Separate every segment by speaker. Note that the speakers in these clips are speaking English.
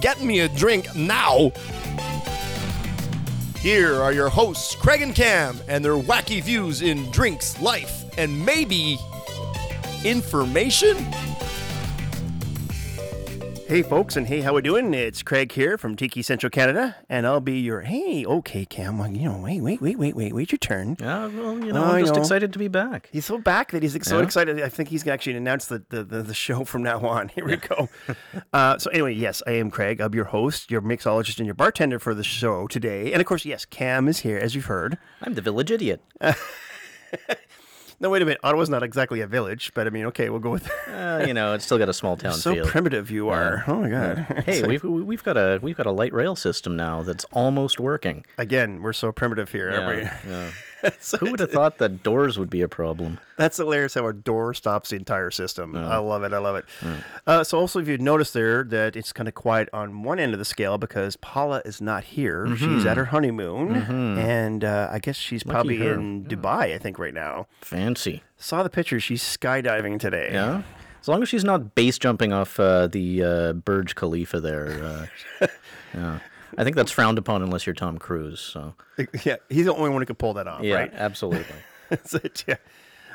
Speaker 1: get me a drink now. Here are your hosts, Craig and Cam, and their wacky views in drinks, life, and maybe information?
Speaker 2: Hey, folks, and hey, how we doing? It's Craig here from Tiki Central Canada, and I'll be your hey, okay, Cam. well, You know, wait, wait, wait, wait, wait, wait, your turn.
Speaker 3: Yeah, well, you Oh, know,
Speaker 2: I
Speaker 3: I'm just
Speaker 2: know.
Speaker 3: excited to be back.
Speaker 2: He's so back that he's so
Speaker 3: Yeah.
Speaker 2: excited. I think he's actually announced the, the, the, the show from now on. Here we go. uh, so, anyway, yes, I am Craig. I'm your host, your mixologist, and your bartender for the show today. And of course, yes, Cam is here, as you've heard.
Speaker 3: I'm the village idiot.
Speaker 2: No, wait a minute. Ottawa's not exactly a village, but I mean, okay, we'll go with
Speaker 3: Uh, you know, it's still got a small town
Speaker 2: So
Speaker 3: feel.
Speaker 2: primitive you are. Oh, my God.
Speaker 3: hey, we've we- we've got a we've got a light rail system now that's almost working.
Speaker 2: Again, we're so primitive here, aren't we?
Speaker 3: Yeah, yeah. Who would have thought that doors would be a problem?
Speaker 2: That's hilarious how a door stops the entire system. I love it. I love it. Uh, so, also, if you notice there that it's kind of quiet on one end of the scale because Paula is not here. She's at her honeymoon, and uh, I guess she's probably
Speaker 3: her.
Speaker 2: in Dubai, I think, right now.
Speaker 3: Fancy.
Speaker 2: Saw the picture. She's skydiving today.
Speaker 3: Yeah. As long as she's not base jumping off uh, the uh, Burj Khalifa there. Uh, yeah. I think that's frowned upon unless you're Tom Cruise. So
Speaker 2: Yeah. He's the only one who could pull that off,
Speaker 3: yeah,
Speaker 2: right?
Speaker 3: absolutely.
Speaker 2: That's it, yeah.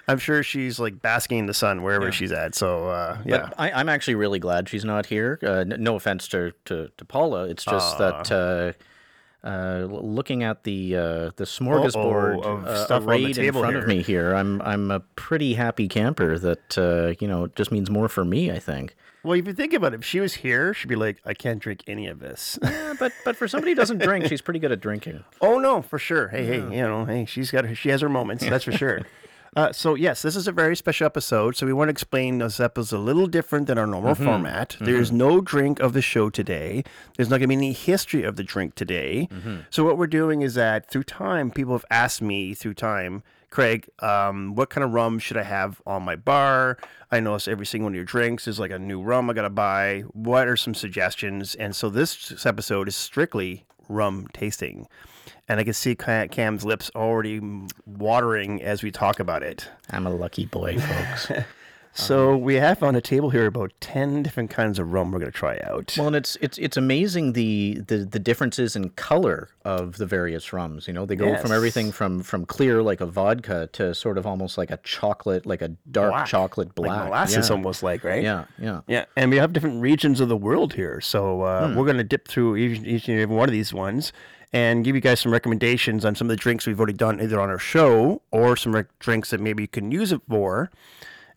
Speaker 2: I'm sure she's like basking in the sun wherever she's at. So, uh, yeah.
Speaker 3: But I, I'm actually really glad she's not here. Uh, n- no offense to, to, to Paula. It's just that uh, uh, l- looking at the uh, the smorgasbord
Speaker 2: of
Speaker 3: uh,
Speaker 2: stuff on the
Speaker 3: arrayed
Speaker 2: table
Speaker 3: in front of
Speaker 2: here.
Speaker 3: me here, I'm I'm a pretty happy camper that uh, you know just means more for me. I think.
Speaker 2: well, if you think about it, if she was here, she'd be like, I can't drink any of this.
Speaker 3: Yeah, but but for somebody who doesn't drink, she's pretty good at drinking.
Speaker 2: Oh no, for sure. Hey, hey, you know, hey, she's got her, she has her moments. That's for sure. Uh, so yes, this is a very special episode. So we want to explain this episode's a little different than our normal format. There's no drink of the show today. There's not going to be any history of the drink today. So what we're doing is that through time, people have asked me through time, Craig, um, what kind of rum should I have on my bar? I notice every single one of your drinks is like a new rum I got to buy. What are some suggestions? And so this episode is strictly rum tasting. And I can see Ca- Cam's lips already watering as we talk about it.
Speaker 3: I'm a lucky boy, folks. Uh-huh.
Speaker 2: So we have on the table here about 10 different kinds of rum we're going to try out.
Speaker 3: Well, and it's it's it's amazing the, the the differences in color of the various rums. You know, they go from everything
Speaker 2: Yes.
Speaker 3: from from clear like a vodka to sort of almost like a chocolate, like a dark chocolate black.
Speaker 2: Like molasses
Speaker 3: yeah.
Speaker 2: almost like, right?
Speaker 3: yeah, yeah.
Speaker 2: Yeah, and we have different regions of the world here. So
Speaker 3: Hmm.
Speaker 2: uh, we're going to dip through each, each and every one of these ones and give you guys some recommendations on some of the drinks we've already done either on our show or some rec- drinks that maybe you can use it for.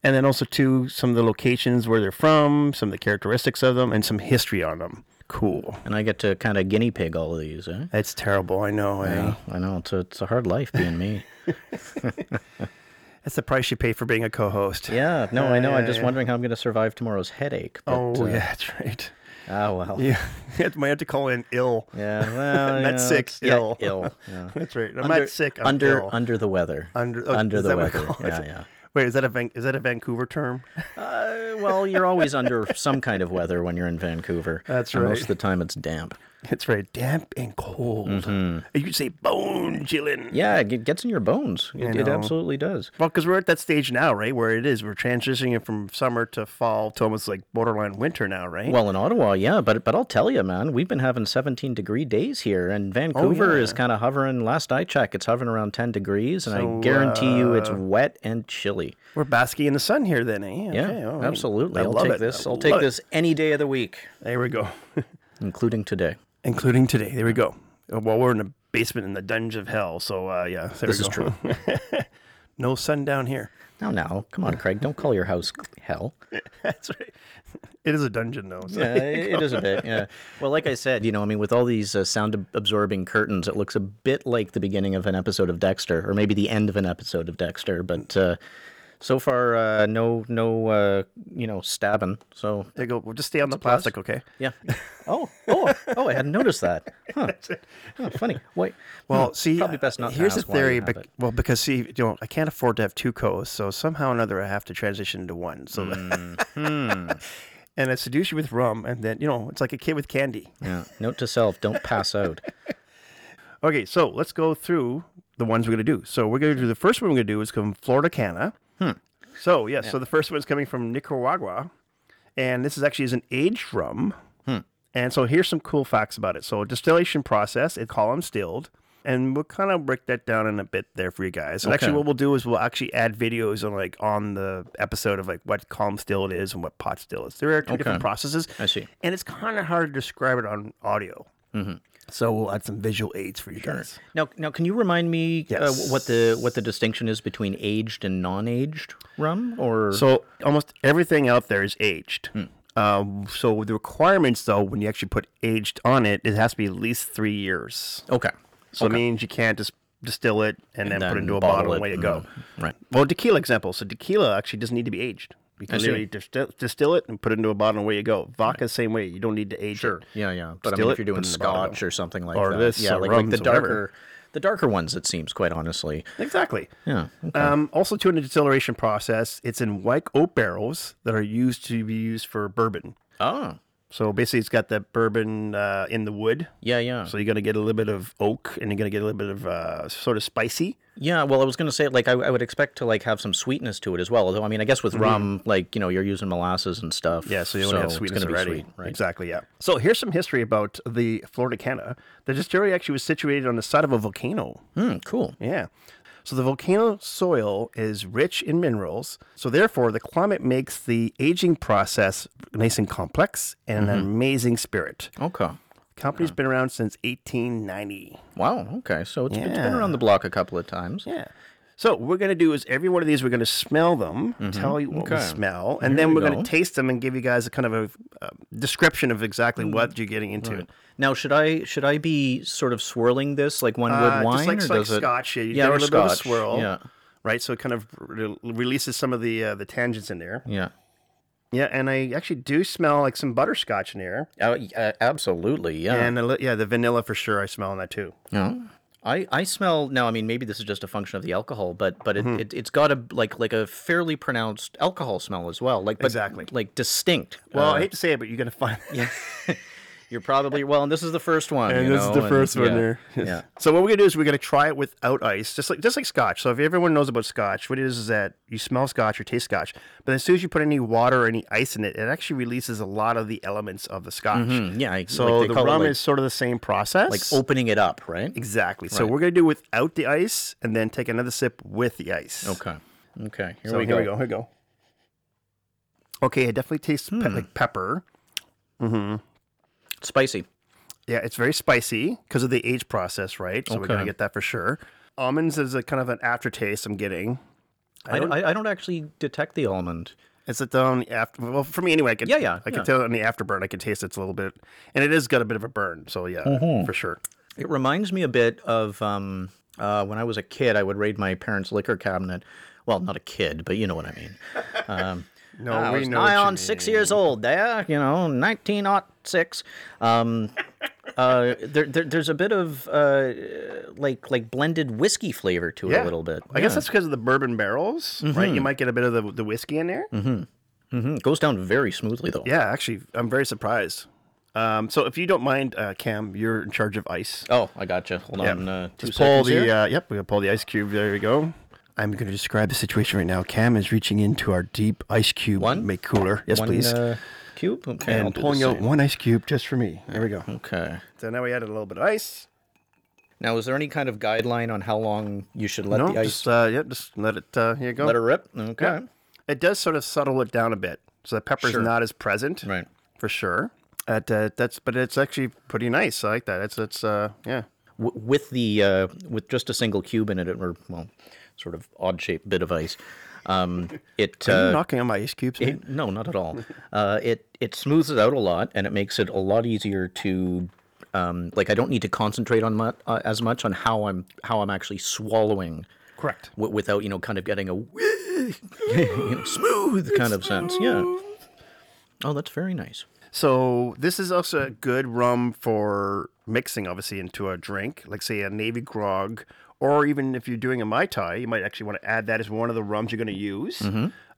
Speaker 2: And then also, too, some of the locations where they're from, some of the characteristics of them, and some history on them. Cool.
Speaker 3: And I get to kind of guinea pig all of these. Eh?
Speaker 2: That's terrible. I know. eh?
Speaker 3: Yeah, I know it's a, it's a hard life being me.
Speaker 2: That's the price you pay for being a co-host.
Speaker 3: Yeah, no, I know. I'm just wondering how I'm going to survive tomorrow's headache. But,
Speaker 2: Oh,
Speaker 3: uh,
Speaker 2: yeah, that's right.
Speaker 3: Ah, well. Yeah.
Speaker 2: Yeah, you might have to call in ill.
Speaker 3: well, you
Speaker 2: Not
Speaker 3: know,
Speaker 2: sick,
Speaker 3: it's- yeah,
Speaker 2: ill.
Speaker 3: ill. Yeah.
Speaker 2: That's right. I'm
Speaker 3: Under-
Speaker 2: not sick. I'm
Speaker 3: under
Speaker 2: ill.
Speaker 3: under the weather.
Speaker 2: Under- oh,
Speaker 3: under
Speaker 2: is
Speaker 3: the
Speaker 2: that what
Speaker 3: weather.
Speaker 2: they call it?
Speaker 3: Yeah, yeah.
Speaker 2: Wait, is that a Van- is that a Vancouver term?
Speaker 3: Uh, well, you're always under some kind of weather when you're in Vancouver.
Speaker 2: That's
Speaker 3: And
Speaker 2: right.
Speaker 3: Most of the time, it's damp.
Speaker 2: It's very damp and cold. You could say bone chilling.
Speaker 3: Mm-hmm. Yeah, it get- gets in your bones. It, it
Speaker 2: know.
Speaker 3: absolutely does.
Speaker 2: Well, because we're at that stage now, right? Where it is, we're transitioning it from summer to fall to almost like borderline winter now, right?
Speaker 3: Well, in Ottawa, yeah, but but I'll tell you, man, we've been having 17 degree days here,
Speaker 2: Oh,
Speaker 3: and Vancouver is kind of hovering. Last I checked, it's hovering around 10 degrees, and I guarantee you,
Speaker 2: uh,
Speaker 3: it's wet and chilly.
Speaker 2: we're basking in the sun here, then. Eh?
Speaker 3: Yeah,
Speaker 2: Okay, all right.
Speaker 3: absolutely.
Speaker 2: I
Speaker 3: will
Speaker 2: love
Speaker 3: take
Speaker 2: it.
Speaker 3: this.
Speaker 2: I
Speaker 3: I'll take
Speaker 2: love it.
Speaker 3: this any day of the week,
Speaker 2: There we go.
Speaker 3: including today.
Speaker 2: including today. There we go. Uh, Well, we're in the basement in the dungeon of hell, so uh, yeah, there
Speaker 3: This
Speaker 2: we
Speaker 3: is
Speaker 2: go. no sun down here.
Speaker 3: Now, now, come on, Craig, don't call your house hell.
Speaker 2: That's right. It is a dungeon though. So.
Speaker 3: yeah, it it is a bit. Yeah. Well, like I said, you know, I mean, with all these uh, sound ab- absorbing curtains, it looks a bit like the beginning of an episode of Dexter, or maybe the end of an episode of Dexter. But uh, So far, uh, no, no, uh, you know, stabbing. So
Speaker 2: There you go. We'll just stay on the plastic, okay?
Speaker 3: yeah. Oh, oh, oh! I hadn't noticed that. Huh. Huh, funny. Wait.
Speaker 2: Well,
Speaker 3: hmm,
Speaker 2: see,
Speaker 3: probably best not. to
Speaker 2: Here's
Speaker 3: ask
Speaker 2: a
Speaker 3: why you
Speaker 2: theory.
Speaker 3: have
Speaker 2: bec-
Speaker 3: it.
Speaker 2: well, because see, you know, I can't afford to have two co's, so somehow or another, I have to transition to one. So,
Speaker 3: Mm-hmm.
Speaker 2: and I seduce you with rum, and then you know, it's like a kid with candy.
Speaker 3: Yeah. Note to self: don't pass out.
Speaker 2: Okay, so let's go through the ones we're gonna do. So we're gonna do the first one we're gonna do is come Florida Cana. Hmm. So yeah, so the first one is coming from Nicaragua, and this is actually is an aged rum. Hmm. And so here's some cool facts about it. So distillation process, it column stilled. And we'll kind of break that down in a bit there for you guys. And actually,
Speaker 3: Okay.
Speaker 2: what we'll do is we'll actually add videos on like on the episode of like what column still it is and what pot still is. There are two different processes.
Speaker 3: I see.
Speaker 2: And it's kind of hard to describe it on audio. So we'll add some visual aids for you guys.
Speaker 3: Now, now, can you remind me uh, wh- what the what the distinction is between aged and non-aged rum? Or
Speaker 2: So almost everything out there is aged.
Speaker 3: Hmm.
Speaker 2: Um, so the requirements, though, when you actually put aged on it, it has to be at least three years.
Speaker 3: okay.
Speaker 2: So it means you can't just distill it and, then, put it
Speaker 3: then
Speaker 2: into a
Speaker 3: bottle
Speaker 2: bottle and
Speaker 3: it
Speaker 2: away you
Speaker 3: and
Speaker 2: go.
Speaker 3: then- right.
Speaker 2: Well, tequila example. So tequila actually doesn't need to be aged. You can
Speaker 3: see.
Speaker 2: literally distill, distill it and put it into a bottle and away you go. Vodka, same way. You don't need to age it.
Speaker 3: Yeah, yeah. But I
Speaker 2: Distill
Speaker 3: mean,
Speaker 2: it,
Speaker 3: if you're doing
Speaker 2: put it in the bottle.
Speaker 3: Scotch or something like
Speaker 2: Or
Speaker 3: that,
Speaker 2: this,
Speaker 3: yeah,
Speaker 2: or
Speaker 3: like,
Speaker 2: rums
Speaker 3: like the
Speaker 2: or whatever.
Speaker 3: darker, the darker ones. It seems quite honestly.
Speaker 2: Exactly.
Speaker 3: Yeah.
Speaker 2: Um, also, to the distillation process, it's in white oak barrels that are used to be used for bourbon.
Speaker 3: Oh,
Speaker 2: So basically, it's got that bourbon uh, in the wood.
Speaker 3: yeah, yeah.
Speaker 2: So you're gonna get a little bit of oak, and you're gonna get a little bit of uh, sort of spicy.
Speaker 3: Yeah, well, I was gonna say like I, I would expect to like have some sweetness to it as well. Although I mean, I guess with rum, like you know, you're using molasses and stuff.
Speaker 2: Mm-hmm. Yeah, so you only have
Speaker 3: it's
Speaker 2: sweetness
Speaker 3: gonna be
Speaker 2: already.
Speaker 3: sweet, right?
Speaker 2: Exactly. Yeah. So here's some history about the Florida Canna. The distillery actually was situated on the side of a volcano.
Speaker 3: Hmm, cool.
Speaker 2: Yeah. So the volcano soil is rich in minerals. So therefore, the climate makes the aging process nice and complex and an amazing spirit.
Speaker 3: Okay.
Speaker 2: Company's been around since 1890.
Speaker 3: Wow. Okay. So it's, it's been
Speaker 2: Yeah.
Speaker 3: around the block a couple of times.
Speaker 2: Yeah. So what we're gonna do is every one of these we're gonna smell them, tell you what we
Speaker 3: Mm-hmm. Okay.
Speaker 2: smell, and then
Speaker 3: we
Speaker 2: we're
Speaker 3: go.
Speaker 2: gonna taste them and give you guys a kind of a, uh description of exactly
Speaker 3: Mm.
Speaker 2: what you're getting into.
Speaker 3: Now, should I should I be sort of swirling this like one
Speaker 2: Uh,
Speaker 3: would wine,
Speaker 2: just like,
Speaker 3: or
Speaker 2: like
Speaker 3: does it?
Speaker 2: scotch, yeah, you
Speaker 3: Yeah,
Speaker 2: give it
Speaker 3: or
Speaker 2: a little bit of a
Speaker 3: scotch,
Speaker 2: swirl,
Speaker 3: yeah.
Speaker 2: right? So it kind of re- releases some of the uh, the tangents in there.
Speaker 3: Yeah.
Speaker 2: Yeah, and I actually do smell like some butterscotch in here,
Speaker 3: Oh, y- uh, absolutely. Yeah.
Speaker 2: and a li- yeah, the vanilla for sure. I smell in that too.
Speaker 3: No. I, I smell now. I mean, maybe this is just a function of the alcohol, but but it,
Speaker 2: Mm-hmm.
Speaker 3: it it's got a like like a fairly pronounced alcohol smell as well. Like but,
Speaker 2: Exactly.
Speaker 3: like distinct.
Speaker 2: Well,
Speaker 3: Uh,
Speaker 2: I hate to say it, but you're gonna find. Yeah,
Speaker 3: You're probably well, and this is the first one. you know, and- yeah, Yeah.
Speaker 2: So what we're gonna do is we're gonna try it without ice, just like just like scotch. So if everyone knows about scotch, what it is is that you smell scotch or taste scotch, but as soon as you put any water or any ice in it, it actually releases a lot of the elements of the scotch.
Speaker 3: Mm, yeah. I-
Speaker 2: So
Speaker 3: like they
Speaker 2: the
Speaker 3: call it,
Speaker 2: rum
Speaker 3: like,
Speaker 2: is sort of the same process. Oh,
Speaker 3: like opening it up, right?
Speaker 2: exactly. So we're gonna do without the ice, and then take another sip with the ice.
Speaker 3: Okay. Okay. Here
Speaker 2: So
Speaker 3: we
Speaker 2: here
Speaker 3: go.
Speaker 2: we go. Here we go. Okay, it definitely tastes pe-
Speaker 3: Hmm.
Speaker 2: like pepper.
Speaker 3: Spicy.
Speaker 2: Yeah, it's very spicy because of the age process, right? So we're gonna
Speaker 3: Okay.
Speaker 2: get that for sure. Almonds is a kind of an aftertaste I'm getting.
Speaker 3: I don't, I, I don't actually detect the almond.
Speaker 2: Is it on the after? Well, for me anyway, I can.
Speaker 3: Yeah, yeah,
Speaker 2: I can
Speaker 3: yeah.
Speaker 2: tell on the afterburn. I can taste it's a little bit, and it is got a bit of a burn. So yeah,
Speaker 3: Mm-hmm.
Speaker 2: for sure.
Speaker 3: It reminds me a bit of um, uh, when I was a kid. I would raid my parents' liquor cabinet. Well, not a kid, but you know what I mean.
Speaker 2: No,
Speaker 3: I
Speaker 2: we
Speaker 3: was
Speaker 2: know.
Speaker 3: nigh
Speaker 2: what you
Speaker 3: on six years old there, you know, 1906. Um, uh, there, there, there's a bit of uh, like like blended whiskey flavor to it
Speaker 2: mean.
Speaker 3: a little bit. Mm-hmm.
Speaker 2: I guess that's because of the bourbon barrels, right? You might get a bit of the, the whiskey in there.
Speaker 3: Mm, It goes down very smoothly though.
Speaker 2: Yeah, actually, I'm very surprised. Um, so if you don't mind, uh, Cam, you're in charge of ice.
Speaker 3: Oh, I gotcha. Hold on. Uh, two
Speaker 2: Just pull
Speaker 3: seconds
Speaker 2: the
Speaker 3: here.
Speaker 2: uh, yep. We pull the ice cube. There we go. I'm going to describe the situation right now. Cam is reaching into our deep ice cube
Speaker 3: One?
Speaker 2: make cooler. Yes,
Speaker 3: one
Speaker 2: please.
Speaker 3: uh, cube. Okay, I'll
Speaker 2: and
Speaker 3: do the
Speaker 2: pulling out
Speaker 3: same.
Speaker 2: one ice cube just for me. There we go.
Speaker 3: Okay.
Speaker 2: So uh, now we added a little bit of ice.
Speaker 3: Now, is there any kind of guideline on how long you should let
Speaker 2: No,
Speaker 3: the ice
Speaker 2: just uh, yep, just let it. Uh, here you go.
Speaker 3: let it rip? Okay.
Speaker 2: It does sort of settle it down a bit, so the pepper's
Speaker 3: Sure.
Speaker 2: not as present,
Speaker 3: Right.
Speaker 2: For sure. At, uh, that's but it's actually pretty nice. I like that. It's it's uh, yeah.
Speaker 3: w- with the uh, with just a single cube in it, or well, sort of odd shaped bit of ice. Um, it
Speaker 2: Are you
Speaker 3: uh,
Speaker 2: knocking on my ice cubes. man?
Speaker 3: it- no, not at all. Uh, it it smooths it out a lot, and it makes it a lot easier to. Um, like I don't need to concentrate on mu- uh, as much on how I'm how I'm actually swallowing
Speaker 2: Correct.
Speaker 3: w- without you know kind of getting a you know, smooth kind of sense. Yeah. Oh, that's very nice.
Speaker 2: So this is also a good rum for mixing, obviously, into a drink, like say a navy grog, or even if you're doing a mai tai, you might actually want to add that as one of the rums you're going to use.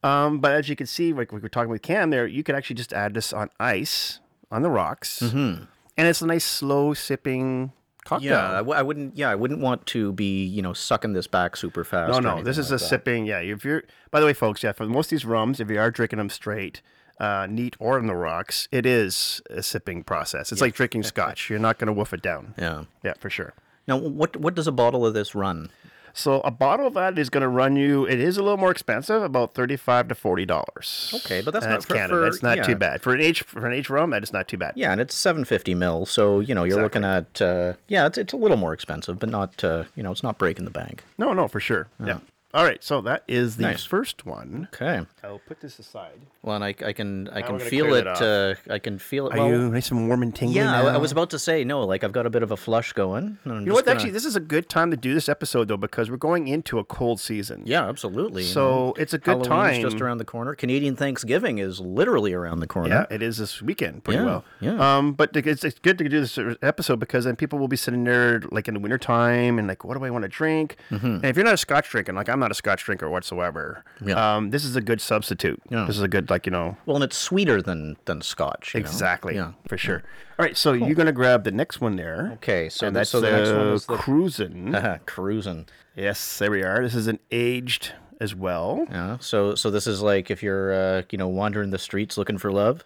Speaker 2: Um, but as you can see, like we were talking with Cam there, you could actually just add this on ice on the rocks, and it's a nice slow sipping cocktail.
Speaker 3: Yeah, I, w- I wouldn't. Yeah, I wouldn't want to be, you know, sucking this back super fast.
Speaker 2: No,
Speaker 3: or
Speaker 2: no,
Speaker 3: anything
Speaker 2: this is
Speaker 3: like
Speaker 2: a
Speaker 3: that.
Speaker 2: sipping. Yeah, if you're. By the way, folks, yeah, for most of these rums, if you are drinking them straight, uh, neat or on the rocks, it is a sipping process. It's like drinking scotch. You're not going to woof it down.
Speaker 3: Yeah.
Speaker 2: yeah, for sure.
Speaker 3: Now, what what does a bottle of this run?
Speaker 2: So a bottle of that is going to run you. It is a little more expensive, about thirty-five to forty dollars.
Speaker 3: Okay, but that's
Speaker 2: And
Speaker 3: not
Speaker 2: that's
Speaker 3: for-
Speaker 2: Canada.
Speaker 3: for-
Speaker 2: that's not
Speaker 3: yeah.
Speaker 2: too bad for an H for an H rum. That is not too bad.
Speaker 3: Yeah, and it's 750 mil, so you know you're looking at uh, yeah, it's it's a little more expensive, but not uh, you know it's not breaking the bank.
Speaker 2: No, no, for sure. Yeah. All right. So that is the
Speaker 3: Nice.
Speaker 2: first one.
Speaker 3: Okay.
Speaker 2: I'll put this aside.
Speaker 3: Well, and I, I can
Speaker 2: we're
Speaker 3: I can
Speaker 2: gonna
Speaker 3: feel
Speaker 2: clear
Speaker 3: it.
Speaker 2: that
Speaker 3: Uh, I can feel it.
Speaker 2: Are
Speaker 3: well,
Speaker 2: you nice and warm and tingly?
Speaker 3: yeah, I, I
Speaker 2: now?
Speaker 3: was about to say no. Like I've got a bit of a flush going. and I'm
Speaker 2: You know what?
Speaker 3: just gonna-
Speaker 2: Actually, this is a good time to do this episode though, because we're going into a cold season.
Speaker 3: Yeah, absolutely. and
Speaker 2: So it's a good
Speaker 3: Halloween's
Speaker 2: time.
Speaker 3: just around the corner. Canadian Thanksgiving is literally around
Speaker 2: Yeah,
Speaker 3: the corner.
Speaker 2: it is this weekend pretty
Speaker 3: Yeah,
Speaker 2: well.
Speaker 3: yeah.
Speaker 2: Um, but it's, it's good to do this episode because then people will be sitting there like in the wintertime and like, what do I want to drink?
Speaker 3: Mm-hmm.
Speaker 2: And if you're not a Scotch drinker, like I'm not a Scotch drinker whatsoever.
Speaker 3: Yeah.
Speaker 2: Um, this is a good substitute.
Speaker 3: Yeah.
Speaker 2: This is a good like you know
Speaker 3: Well, and it's sweeter than than Scotch. you know?
Speaker 2: exactly
Speaker 3: Yeah.
Speaker 2: for sure. All right, so you're gonna grab the next one there.
Speaker 3: Okay, so
Speaker 2: and
Speaker 3: the-
Speaker 2: that's
Speaker 3: so the next one is the- Uh-huh.
Speaker 2: cruising.
Speaker 3: Cruising.
Speaker 2: yes, there we are. This is an aged as well.
Speaker 3: Yeah. So so this is like if you're uh, you know wandering the streets looking for love.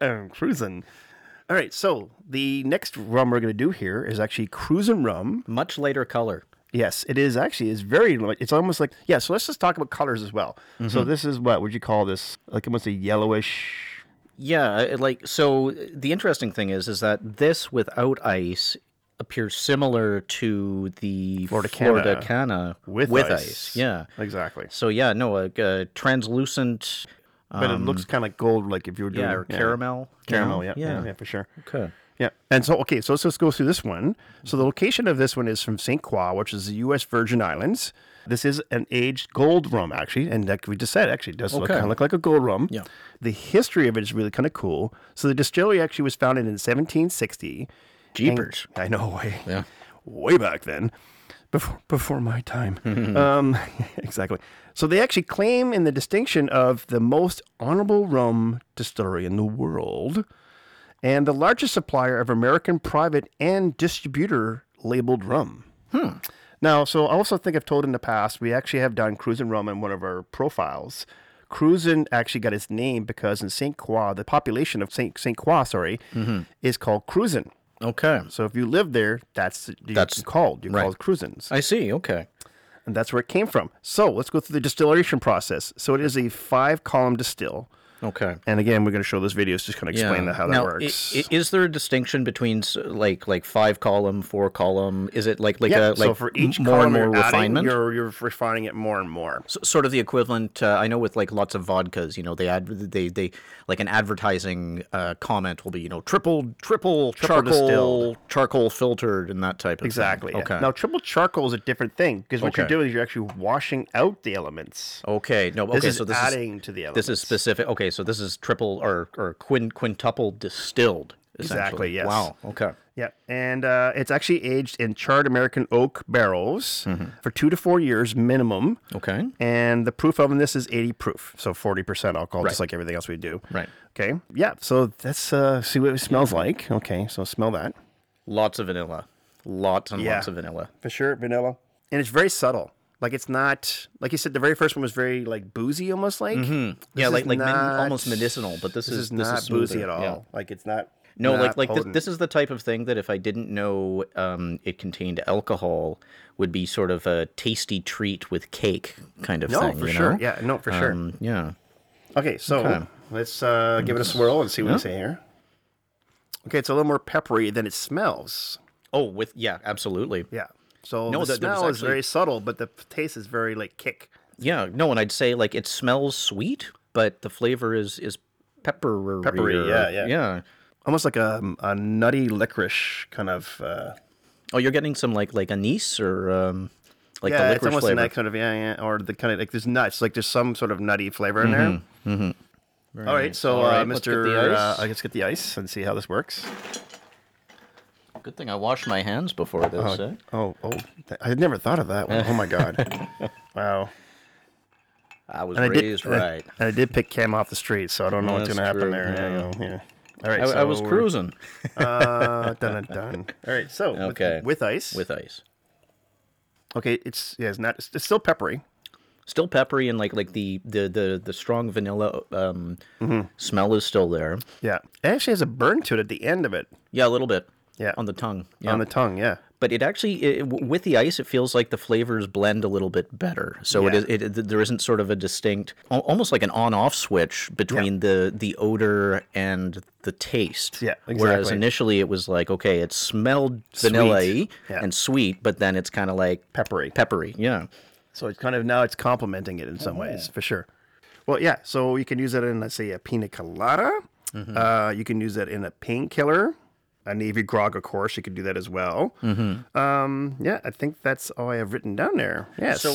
Speaker 2: um, cruising. All right, so the next rum we're gonna do here is actually cruising rum.
Speaker 3: Much lighter color.
Speaker 2: Yes, it is actually. It's very. li- It's almost like yeah. So let's just talk about colors as well. So this is what would you call this? Like almost a yellowish.
Speaker 3: Yeah, it- like so the interesting thing is is that this without ice appears similar to the Florida
Speaker 2: Florida
Speaker 3: Cana
Speaker 2: With ice.
Speaker 3: Yeah.
Speaker 2: Exactly.
Speaker 3: So yeah, no, a, a translucent
Speaker 2: But it looks kind of like gold, like if you were doing
Speaker 3: yeah,
Speaker 2: your
Speaker 3: caramel. you know?
Speaker 2: Caramel, yeah, yeah,
Speaker 3: Yeah.
Speaker 2: yeah, for sure.
Speaker 3: Okay.
Speaker 2: Yeah, and so okay, so let's just go through this one. So the location of this one is from Saint Croix, which is the U.S. Virgin Islands. This is an aged gold rum, actually, and like we just said, actually it does look
Speaker 3: Okay.
Speaker 2: kind of look like a gold rum.
Speaker 3: Yeah.
Speaker 2: The history of it is really kind of cool. So the distillery actually was founded in 1760.
Speaker 3: Jeepers.
Speaker 2: I know, way,
Speaker 3: Yeah.
Speaker 2: way back then, before before my time. um, exactly. So they actually claim in the distinction of the most honorable rum distillery in the world, and the largest supplier of American private and distributor labeled rum.
Speaker 3: Hmm.
Speaker 2: Now, so I also think I've told in the past, we actually have done Cruisin' Rum in one of our profiles. Cruisin' actually got its name because in St. Croix, the population of St. St. Croix, sorry,
Speaker 3: Mm-hmm.
Speaker 2: is called Cruisin'.
Speaker 3: Okay.
Speaker 2: So if you live there, that's you,
Speaker 3: That's-
Speaker 2: that's called. You're
Speaker 3: right.
Speaker 2: called Cruisins.
Speaker 3: I see. Okay.
Speaker 2: And that's where it came from. So let's go through the distillation process. So it is a five column distill.
Speaker 3: Okay.
Speaker 2: And again, we're going to show this video to just kind of explain that, how that
Speaker 3: now, i-
Speaker 2: works.
Speaker 3: i- is there a distinction between s- like like five column, four column? Is it like like
Speaker 2: yeah,
Speaker 3: a, like
Speaker 2: so for each
Speaker 3: m- more
Speaker 2: column
Speaker 3: and more
Speaker 2: you're adding,
Speaker 3: refinement?
Speaker 2: you're, you're refining it more and more.
Speaker 3: S- sort of the equivalent. Uh, I know with like lots of vodkas, you know, they ad they they like an advertising uh, comment will be you know triple triple, charcoal
Speaker 2: distilled.
Speaker 3: charcoal filtered and that type of
Speaker 2: Exactly.
Speaker 3: Thing.
Speaker 2: yeah.
Speaker 3: Okay.
Speaker 2: Now, triple charcoal is a different thing because what you're
Speaker 3: Okay.
Speaker 2: doing is you're actually washing out the elements.
Speaker 3: okay. No.
Speaker 2: This
Speaker 3: Okay.
Speaker 2: is
Speaker 3: So this is
Speaker 2: adding to the elements.
Speaker 3: this is specific. Okay. So this is triple or or quin, quintuple distilled.
Speaker 2: Exactly,
Speaker 3: essentially.
Speaker 2: yes.
Speaker 3: Wow. Okay.
Speaker 2: Yeah, and uh, it's actually aged in charred American oak barrels for two to four years minimum.
Speaker 3: Mm-hmm. Okay.
Speaker 2: And the proof of this is 80 proof, so 40% alcohol, just like everything else we do.
Speaker 3: Right.
Speaker 2: Okay. Yeah. So that's uh, see what it smells like. Okay. So smell that.
Speaker 3: Lots of vanilla. Lots and
Speaker 2: Yeah.
Speaker 3: lots of vanilla.
Speaker 2: for sure vanilla and it's very subtle like it's not like you said the very first one was very like boozy almost like
Speaker 3: Mm-hmm. Yeah,
Speaker 2: This
Speaker 3: like-
Speaker 2: is
Speaker 3: like min- almost medicinal, but this is-
Speaker 2: is
Speaker 3: this
Speaker 2: not
Speaker 3: is
Speaker 2: boozy at
Speaker 3: smoother,
Speaker 2: all
Speaker 3: yeah.
Speaker 2: like it's not
Speaker 3: No, like
Speaker 2: not
Speaker 3: like this,
Speaker 2: potent.
Speaker 3: this is the type of thing that if I didn't know um, it contained alcohol, would be sort of a tasty treat with cake kind of
Speaker 2: no
Speaker 3: thing.
Speaker 2: for
Speaker 3: you
Speaker 2: sure
Speaker 3: know?
Speaker 2: yeah no for sure
Speaker 3: Um, yeah.
Speaker 2: okay so let's uh, give it a swirl and see what we say here okay it's a little more peppery than it smells
Speaker 3: Oh, with yeah, absolutely.
Speaker 2: yeah so
Speaker 3: No,
Speaker 2: the
Speaker 3: that- there was
Speaker 2: smell is
Speaker 3: actually-
Speaker 2: very subtle but the taste is very like kick
Speaker 3: Yeah. No, and I'd say like it smells sweet, but the flavor is is peppery.
Speaker 2: Peppery, yeah, yeah.
Speaker 3: Yeah.
Speaker 2: almost like a, um, a nutty licorice kind of uh,
Speaker 3: Oh, you're getting some like like anise or um, like
Speaker 2: yeah,
Speaker 3: the
Speaker 2: it's
Speaker 3: licorice
Speaker 2: almost
Speaker 3: flavor.
Speaker 2: an kind of yeah, yeah, or the kind of like there's nuts, like there's some sort of nutty flavor in there. Mm-hmm. All right, so
Speaker 3: All
Speaker 2: uh,
Speaker 3: right, let's get
Speaker 2: Mr.
Speaker 3: the
Speaker 2: uh,
Speaker 3: ice.
Speaker 2: let's get the ice and see how this works.
Speaker 3: Good thing I washed my hands before this. eh?
Speaker 2: Oh, oh, th- I never thought of that one. Oh my god, wow.
Speaker 3: I was
Speaker 2: And I did-
Speaker 3: raised
Speaker 2: and I-
Speaker 3: right.
Speaker 2: And I did pick Cam off the street, so I don't know what's
Speaker 3: That's
Speaker 2: gonna happen
Speaker 3: true,
Speaker 2: there. Yeah, yeah. All right,
Speaker 3: I, I
Speaker 2: so
Speaker 3: was
Speaker 2: we're-
Speaker 3: cruising
Speaker 2: Uh, done and done. All right, so with-
Speaker 3: Okay.
Speaker 2: with, ice.
Speaker 3: with ice.
Speaker 2: okay, it's yeah, it's not. It's, it's still peppery.
Speaker 3: Still peppery and like like the the the, the strong vanilla um,
Speaker 2: Mm-hmm.
Speaker 3: smell is still there.
Speaker 2: Yeah, it actually has a burn to it at the end of it
Speaker 3: Yeah, a little bit.
Speaker 2: Yeah.
Speaker 3: on the tongue. Yeah.
Speaker 2: on the tongue. Yeah,
Speaker 3: but it actually it, w- with the ice it feels like the flavors blend a little bit better so it
Speaker 2: Yeah.
Speaker 3: is it, it there isn't sort of a distinct al- almost like an on-off switch between the the odor and the taste
Speaker 2: Yeah,
Speaker 3: whereas
Speaker 2: exactly.
Speaker 3: initially it was like okay it smelled vanilla
Speaker 2: Yeah.
Speaker 3: and sweet but then it's kind of like
Speaker 2: peppery.
Speaker 3: peppery yeah
Speaker 2: So it's kind of now it's complementing it in some ways for sure. Well, yeah. So you can use it in let's say a pina colada. Uh, you can use it in a painkiller, a navy grog, of course. You could do that as well. Um, yeah, I think that's all I have written down there. Yes. So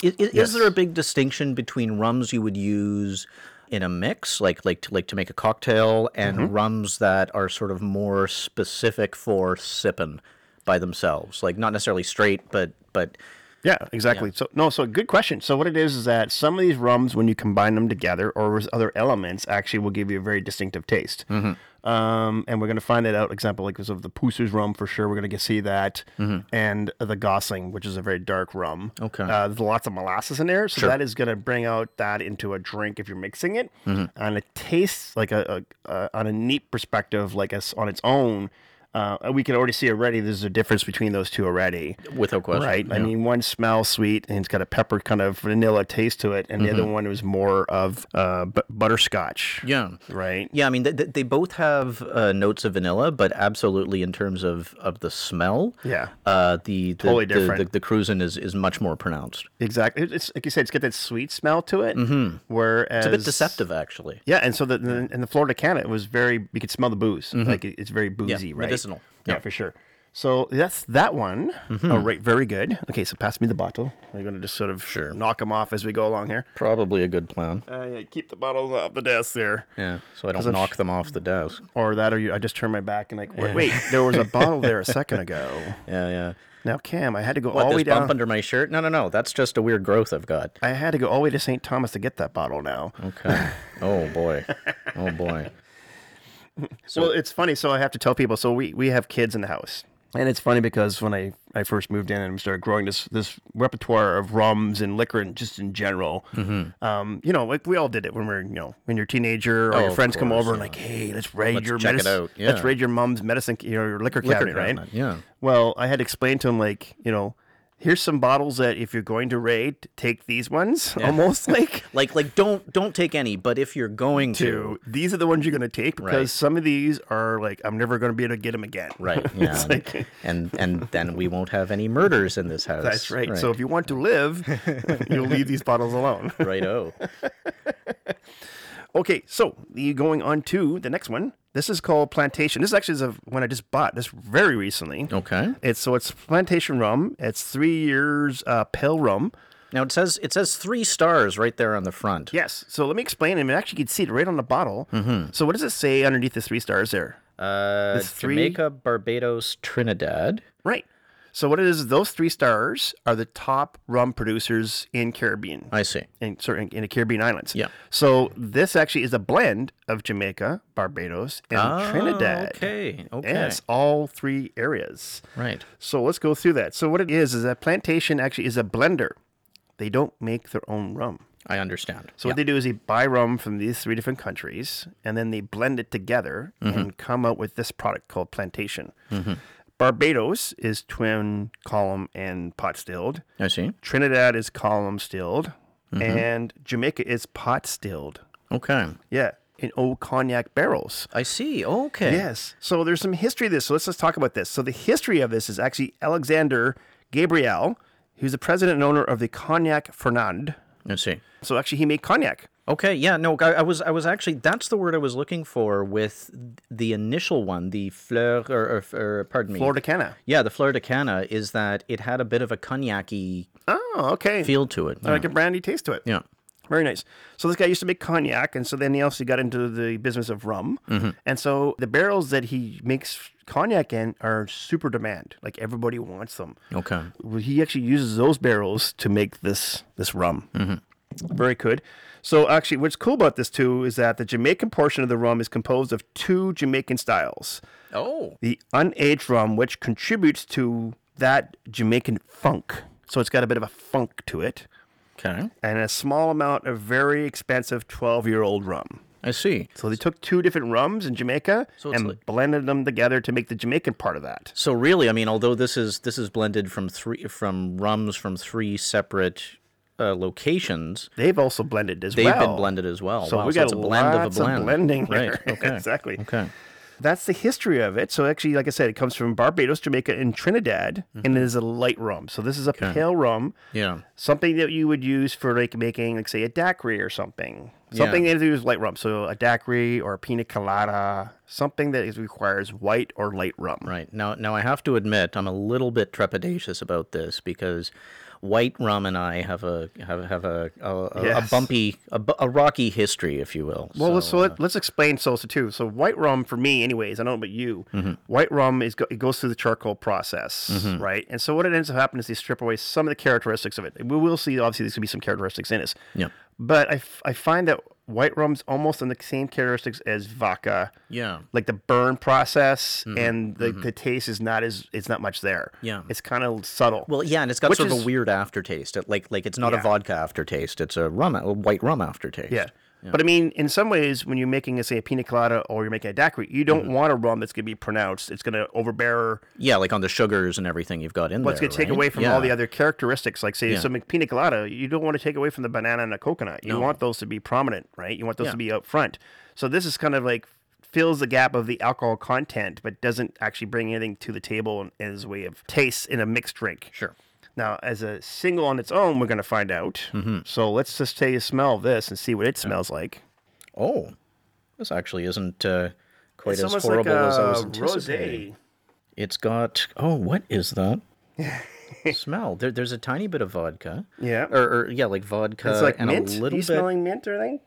Speaker 3: is, is, is there a big distinction between rums you would use in a mix like like to, like to make a cocktail and rums that are sort of more specific for sipping by themselves like not necessarily straight but but
Speaker 2: yeah, exactly. So no, so good question. So what it is is that some of these rums, when you combine them together or with other elements, actually will give you a very distinctive taste. Um, and we're going to find that out. Example like this of the Pooser's rum for sure. We're going to see that, and the Gosling, which is a very dark rum.
Speaker 3: Okay.
Speaker 2: Uh, there's lots of molasses in there, so that is going to bring out that into a drink if you're mixing it, and it tastes like a, a, a on a neat perspective, like us on its own. Uh, we can already see already. There's a difference between those two already.
Speaker 3: without question
Speaker 2: Right. I mean, one smells sweet and it's got a pepper kind of vanilla taste to it, and the other one was more of uh, b- butterscotch.
Speaker 3: Mm-hmm. yeah
Speaker 2: Right.
Speaker 3: Yeah, I mean, they, they both have uh, notes of vanilla, but absolutely in terms of, of the smell,
Speaker 2: Yeah.
Speaker 3: uh, the, the
Speaker 2: Totally
Speaker 3: the-
Speaker 2: different.
Speaker 3: The, the, cruisin is, is much more pronounced.
Speaker 2: Exactly. It- It's like you said, it's got that sweet smell to it. Mm-hmm. Whereas
Speaker 3: It's a bit deceptive, actually.
Speaker 2: Yeah, and so the, the and the Florida Canna it was very you could smell the booze. Like it- it's very boozy, right?
Speaker 3: Mm-hmm. medicinal. Mm-hmm.
Speaker 2: Yeah, for sure. So that's that one. All right, very good. Okay, so pass me the bottle. We're gonna just sort of sure. knock them off as we go along here.
Speaker 3: Probably a good plan.
Speaker 2: Uh, yeah, keep the bottles off the desk there.
Speaker 3: Yeah, so I don't knock them off the desk.
Speaker 2: Or that, or you. I just turned my back and like, wait, wait there was a bottle there a second ago.
Speaker 3: Yeah, yeah.
Speaker 2: Now, Cam, I had to go
Speaker 3: What,
Speaker 2: all the way
Speaker 3: this bump
Speaker 2: down.
Speaker 3: under my shirt? No, no, no. That's just a weird growth I've got.
Speaker 2: I had to go all the way to St. Thomas to get that bottle now.
Speaker 3: Okay. oh boy. Oh boy.
Speaker 2: well, it's funny. So I have to tell people. So we we have kids in the house, and it's funny because when I I first moved in and started growing this this repertoire of rums and liquor and just in general,
Speaker 3: Mm-hmm.
Speaker 2: um, you know, like we all did it when we are you know when you're a teenager or your
Speaker 3: Oh, of
Speaker 2: friends come
Speaker 3: course,
Speaker 2: over and like, hey, let's raid your
Speaker 3: check it
Speaker 2: medicine,
Speaker 3: out,
Speaker 2: let's
Speaker 3: yeah.
Speaker 2: raid your mom's medicine, you know, your liquor, cabinet, right?
Speaker 3: cabinet, yeah.
Speaker 2: Well, I had to explain to him like, you know. Here's some bottles that if you're going to raid, take these ones. Almost like
Speaker 3: Like, like, don't don't take any. But if you're going to,
Speaker 2: to these are the ones you're going to take because
Speaker 3: Right.
Speaker 2: some of these are like I'm never going to be able to get them again.
Speaker 3: right? Yeah.
Speaker 2: like-
Speaker 3: and and then we won't have any murders in this house.
Speaker 2: That's right. So if you want to live, you'll leave these bottles alone.
Speaker 3: right. Oh.
Speaker 2: Okay, so the- going on to the next one. This is called Plantation. This actually is a one I just bought this very recently.
Speaker 3: Okay.
Speaker 2: It's so it's Plantation rum. It's three years uh, pale rum.
Speaker 3: Now it says it says three stars right there on the front.
Speaker 2: Yes. Mm-hmm. So let me explain. I mean, actually, you can see it right on the bottle. So what does it say underneath the three stars there?
Speaker 3: Uh,
Speaker 2: It's three-
Speaker 3: Jamaica, Barbados, Trinidad.
Speaker 2: Right. So what it is? Those three stars are the top rum producers in Caribbean.
Speaker 3: I see.
Speaker 2: in certain in the Caribbean islands.
Speaker 3: Yeah.
Speaker 2: So this actually is a blend of Jamaica, Barbados, and Oh, Trinidad.
Speaker 3: Ah, Okay. Okay.
Speaker 2: Yes, all three areas.
Speaker 3: Right.
Speaker 2: So let's go through that. So what it is is that plantation actually is a blender. They don't make their own rum.
Speaker 3: I understand.
Speaker 2: So what they do is they buy rum from these three different countries and then they blend it together
Speaker 3: Mm-hmm.
Speaker 2: and come out with this product called plantation. Barbados is twin column and pot stilled.
Speaker 3: I see.
Speaker 2: Trinidad is column stilled, and Jamaica is pot stilled.
Speaker 3: Okay.
Speaker 2: Yeah, in old cognac barrels.
Speaker 3: I see. Okay.
Speaker 2: Yes. So there's some history to this. So let's just talk about this. So the history of this is actually Alexander Gabriel, who's the president and owner of the Cognac Fernand.
Speaker 3: I see.
Speaker 2: So actually, he made cognac.
Speaker 3: Okay, yeah, no, I, I was, I was actually that's the word I was looking for with the initial one, the fleur, or, or, or pardon me,
Speaker 2: Florida Canna.
Speaker 3: Yeah, the fleur de cana is that it had a bit of a cognac-y
Speaker 2: Oh, okay.
Speaker 3: feel to it.
Speaker 2: like a brandy taste to it.
Speaker 3: Yeah.
Speaker 2: Very nice. So this guy used to make cognac, and so then he also got into the business of rum. And so the barrels that he makes cognac in are super demand. Like everybody wants them.
Speaker 3: Okay.
Speaker 2: Well, He actually uses those barrels to make this this rum. Very good. So actually, what's cool about this too is that the Jamaican portion of the rum is composed of two Jamaican styles:
Speaker 3: Oh.
Speaker 2: the unaged rum, which contributes to that Jamaican funk. So it's got a bit of a funk to it
Speaker 3: Okay.
Speaker 2: and a small amount of very expensive 12 year old rum.
Speaker 3: I see.
Speaker 2: So they took two different rums in Jamaica
Speaker 3: So it's
Speaker 2: and
Speaker 3: like-
Speaker 2: blended them together to make the Jamaican part of that.
Speaker 3: So really, I mean, although this is this is blended from three from rums from three separate uh, locations,
Speaker 2: They've also blended as
Speaker 3: they've
Speaker 2: well.
Speaker 3: been blended as well.
Speaker 2: So
Speaker 3: wow,
Speaker 2: we
Speaker 3: so
Speaker 2: got
Speaker 3: it's a blend of a
Speaker 2: lots of
Speaker 3: blend.
Speaker 2: blending
Speaker 3: right?
Speaker 2: here.
Speaker 3: Okay.
Speaker 2: Exactly.
Speaker 3: Okay.
Speaker 2: That's the history of it. So actually, like I said, it comes from Barbados, Jamaica, and Trinidad,
Speaker 3: Mm-hmm.
Speaker 2: and it is a light rum. So this is a pale rum,
Speaker 3: Yeah.
Speaker 2: something that you would use for like making, like say, a daiquiri or something. Something that is light rum. So a daiquiri or a pina colada, something that is, requires white or light rum.
Speaker 3: Right. Now now I have to admit I'm a little bit trepidatious about this because White Rum and I have a have have a a, a, a
Speaker 2: Yes.
Speaker 3: bumpy a, bu- a rocky history, if you will.
Speaker 2: Well, let's, so
Speaker 3: uh
Speaker 2: let, let's explain salsa too. So white rum for me, anyways, I don't know about you.
Speaker 3: Mm-hmm.
Speaker 2: White rum is go, it goes through the charcoal process, right? And so what it ends up happening is they strip away some of the characteristics of it. And We will see, obviously, there's gonna be some characteristics in it.
Speaker 3: Yeah.
Speaker 2: But I, f- I find that white rum's almost on the same characteristics as vodka.
Speaker 3: Yeah.
Speaker 2: Like the burn process and the, the taste is not as it's not much there.
Speaker 3: Mm-hmm. Yeah.
Speaker 2: It's kind of subtle.
Speaker 3: Well, yeah, and it's got
Speaker 2: Which
Speaker 3: sort of
Speaker 2: is-
Speaker 3: a weird aftertaste. It, like like it's not
Speaker 2: Yeah.
Speaker 3: a vodka aftertaste. It's a rum, a white rum aftertaste.
Speaker 2: Yeah. But I mean, in some ways, when you're making, a, say, a pina colada or you're making a daiquiri, you don't
Speaker 3: Mm-hmm.
Speaker 2: want a rum that's going to be pronounced. It's going to overbear.
Speaker 3: Yeah, like on the sugars and everything you've got in
Speaker 2: Well,
Speaker 3: there.
Speaker 2: it's going to take
Speaker 3: right?
Speaker 2: away from
Speaker 3: Yeah.
Speaker 2: all the other characteristics. Like, say,
Speaker 3: Yeah.
Speaker 2: some pina colada, you don't want to take away from the banana and the coconut. You want those to be prominent, right? You want those to be up front. So this is kind of like fills the gap of the alcohol content, but doesn't actually bring anything to the table in- as a way of taste in a mixed drink.
Speaker 3: Sure.
Speaker 2: Now, as a single on its own, we're going to find out.
Speaker 3: Mm-hmm.
Speaker 2: So let's just take a smell of this and see what it smells like.
Speaker 3: Oh, this actually isn't uh, quite
Speaker 2: It's
Speaker 3: as
Speaker 2: almost
Speaker 3: horrible
Speaker 2: like a
Speaker 3: as I was anticipating.
Speaker 2: rosé.
Speaker 3: It's got oh, what is that? Smell. There, there's a tiny bit of vodka.
Speaker 2: Yeah.
Speaker 3: Or, or yeah, like vodka.
Speaker 2: It's like
Speaker 3: and
Speaker 2: mint.
Speaker 3: A
Speaker 2: Are
Speaker 3: little
Speaker 2: you
Speaker 3: bit.
Speaker 2: smelling mint or anything?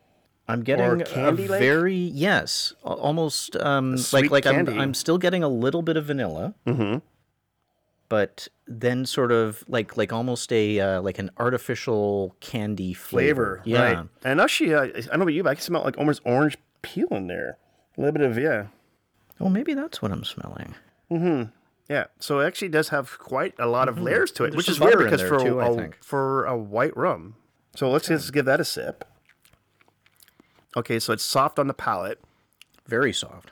Speaker 3: I'm getting
Speaker 2: candy,
Speaker 3: a
Speaker 2: like?
Speaker 3: very yes, al- almost um,
Speaker 2: sweet
Speaker 3: like like I'm,
Speaker 2: candy.
Speaker 3: I'm still getting a little bit of vanilla, mm-hmm. but then sort of like like almost a uh, like an artificial candy flavor.
Speaker 2: Flavor, right? And actually, uh, I don't know about you, but I can smell like almost orange peel in there. A little bit of yeah,
Speaker 3: Oh, maybe that's what I'm smelling.
Speaker 2: yeah. So it actually does have quite a lot of layers to it,
Speaker 3: Mm-hmm. There's
Speaker 2: which
Speaker 3: some
Speaker 2: is weird
Speaker 3: butter in
Speaker 2: because
Speaker 3: there
Speaker 2: for
Speaker 3: too, I
Speaker 2: a,
Speaker 3: think.
Speaker 2: for a white rum. So let's just give that a sip. Okay, so it's soft on the palate.
Speaker 3: Very soft,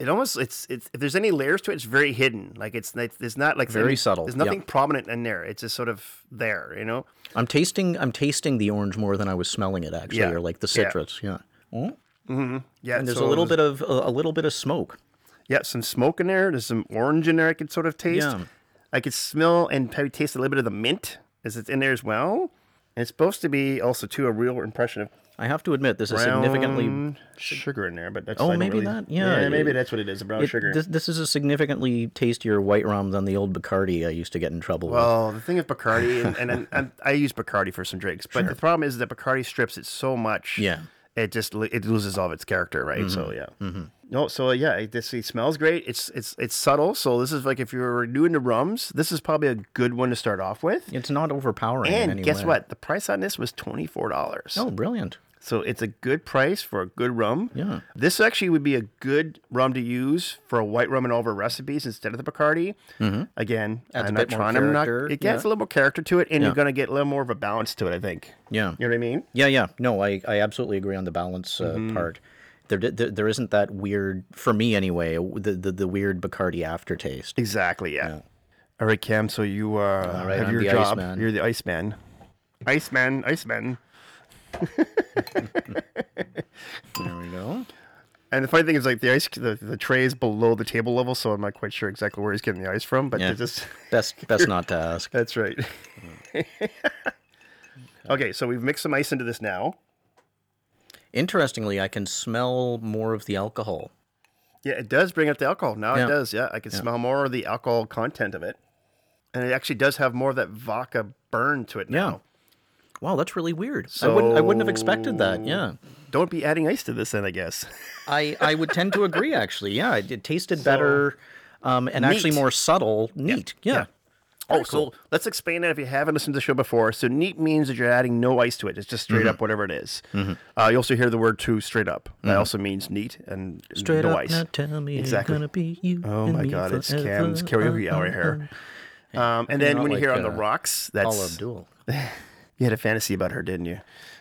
Speaker 2: It almost it's it's if there's any layers to it, it's very hidden. Like it's it's, it's not like
Speaker 3: Very
Speaker 2: any-
Speaker 3: subtle,
Speaker 2: There's
Speaker 3: yeah.
Speaker 2: nothing prominent in there. It's just sort of there, you know.
Speaker 3: I'm tasting I'm tasting the orange more than I was smelling it actually,
Speaker 2: Yeah.
Speaker 3: or like the
Speaker 2: Yeah.
Speaker 3: citrus. Yeah. Oh.
Speaker 2: Yeah,
Speaker 3: And there's
Speaker 2: so
Speaker 3: a little
Speaker 2: there's-
Speaker 3: bit of a, a little bit of smoke.
Speaker 2: Yeah, some smoke in there. There's some orange in there. I could sort of taste.
Speaker 3: Yeah.
Speaker 2: I could smell and probably taste a little bit of the mint as it's in there as well. And it's supposed to be also too a real impression of
Speaker 3: I have to admit, this is significantly
Speaker 2: brown sugar in there. But that's I
Speaker 3: Oh,
Speaker 2: don't
Speaker 3: maybe
Speaker 2: really-
Speaker 3: that- yeah,
Speaker 2: maybe
Speaker 3: it-
Speaker 2: that's what it is. The brown
Speaker 3: It-
Speaker 2: sugar.
Speaker 3: This, this is a significantly tastier white rum than the old Bacardi I used to get in trouble with.
Speaker 2: well, Oh, the thing of Bacardi, and, and, and, and I use Bacardi for some drinks, but the problem is that Bacardi strips it so much.
Speaker 3: Yeah.
Speaker 2: It just lo- it loses all of its character, right? So yeah, no. So yeah, it, this it smells great. It's it's it's subtle. So this is like if you're new into rums, this is probably a good one to start off with.
Speaker 3: It's not overpowering. in
Speaker 2: And
Speaker 3: any
Speaker 2: guess
Speaker 3: way.
Speaker 2: what? The price on this was twenty four dollars.
Speaker 3: Oh, brilliant.
Speaker 2: So it's a good price for a good rum.
Speaker 3: Yeah.
Speaker 2: This actually would be a good rum to use for a white rum and all of our recipes instead of the Bacardi. Again,
Speaker 3: Mm-hmm. Adds
Speaker 2: I'm not
Speaker 3: a bit more
Speaker 2: trying. I'm not.
Speaker 3: character,
Speaker 2: It gets a
Speaker 3: yeah.
Speaker 2: little more character to it, and you're
Speaker 3: Yeah.
Speaker 2: going to get a little more of a balance to it. I think.
Speaker 3: Yeah.
Speaker 2: You know what I mean?
Speaker 3: Yeah, yeah. No, I, I absolutely agree on the balance uh,
Speaker 2: Mm-hmm.
Speaker 3: part. There, di- there, there isn't that weird, for me anyway, the, the, the weird Bacardi aftertaste.
Speaker 2: Exactly. Yeah. All right, Cam. So you uh,
Speaker 3: right,
Speaker 2: have
Speaker 3: I'm
Speaker 2: your
Speaker 3: the
Speaker 2: job.
Speaker 3: Iceman.
Speaker 2: You're the Iceman. Iceman. Iceman.
Speaker 3: There we go.
Speaker 2: And the funny thing is, like the ice, the, the tray is below the table level, so I'm not quite sure exactly where he's getting the ice from. But
Speaker 3: Yeah.
Speaker 2: it's just
Speaker 3: Best, best not to ask.
Speaker 2: That's right. okay, so we've mixed some ice into this now.
Speaker 3: Interestingly, I can smell more of the alcohol.
Speaker 2: Yeah, it does bring up the alcohol. Now
Speaker 3: Yeah.
Speaker 2: it does. Yeah, I can smell more of the alcohol content of it, and it actually does have more of that vodka burn to it now.
Speaker 3: Wow, that's really weird. I wouldn't I wouldn't have expected that. Yeah.
Speaker 2: Don't be adding ice to this, then I guess.
Speaker 3: I, I would tend to agree actually. Yeah, it, it tasted better um, and actually
Speaker 2: Neat.
Speaker 3: more subtle, neat. Yeah.
Speaker 2: Oh, so let's explain that if you haven't listened to the show before. So neat means that you're adding no ice to it. It's just straight
Speaker 3: Mm-hmm.
Speaker 2: up whatever it is. Uh, you also hear the word too straight up. That also means neat and
Speaker 3: Mm-hmm. Straight
Speaker 2: no
Speaker 3: up,
Speaker 2: ice.
Speaker 3: now tell
Speaker 2: Exactly.
Speaker 3: me exactly. gonna be you.
Speaker 2: Oh
Speaker 3: and
Speaker 2: my
Speaker 3: me
Speaker 2: god, it's
Speaker 3: forever. Uh,
Speaker 2: Cam's karaoke hour here. Um, and then
Speaker 3: not
Speaker 2: when you hear
Speaker 3: like,
Speaker 2: on the
Speaker 3: uh,
Speaker 2: rocks,
Speaker 3: Paula
Speaker 2: that's
Speaker 3: Abdul.
Speaker 2: you had a fantasy about her, didn't you?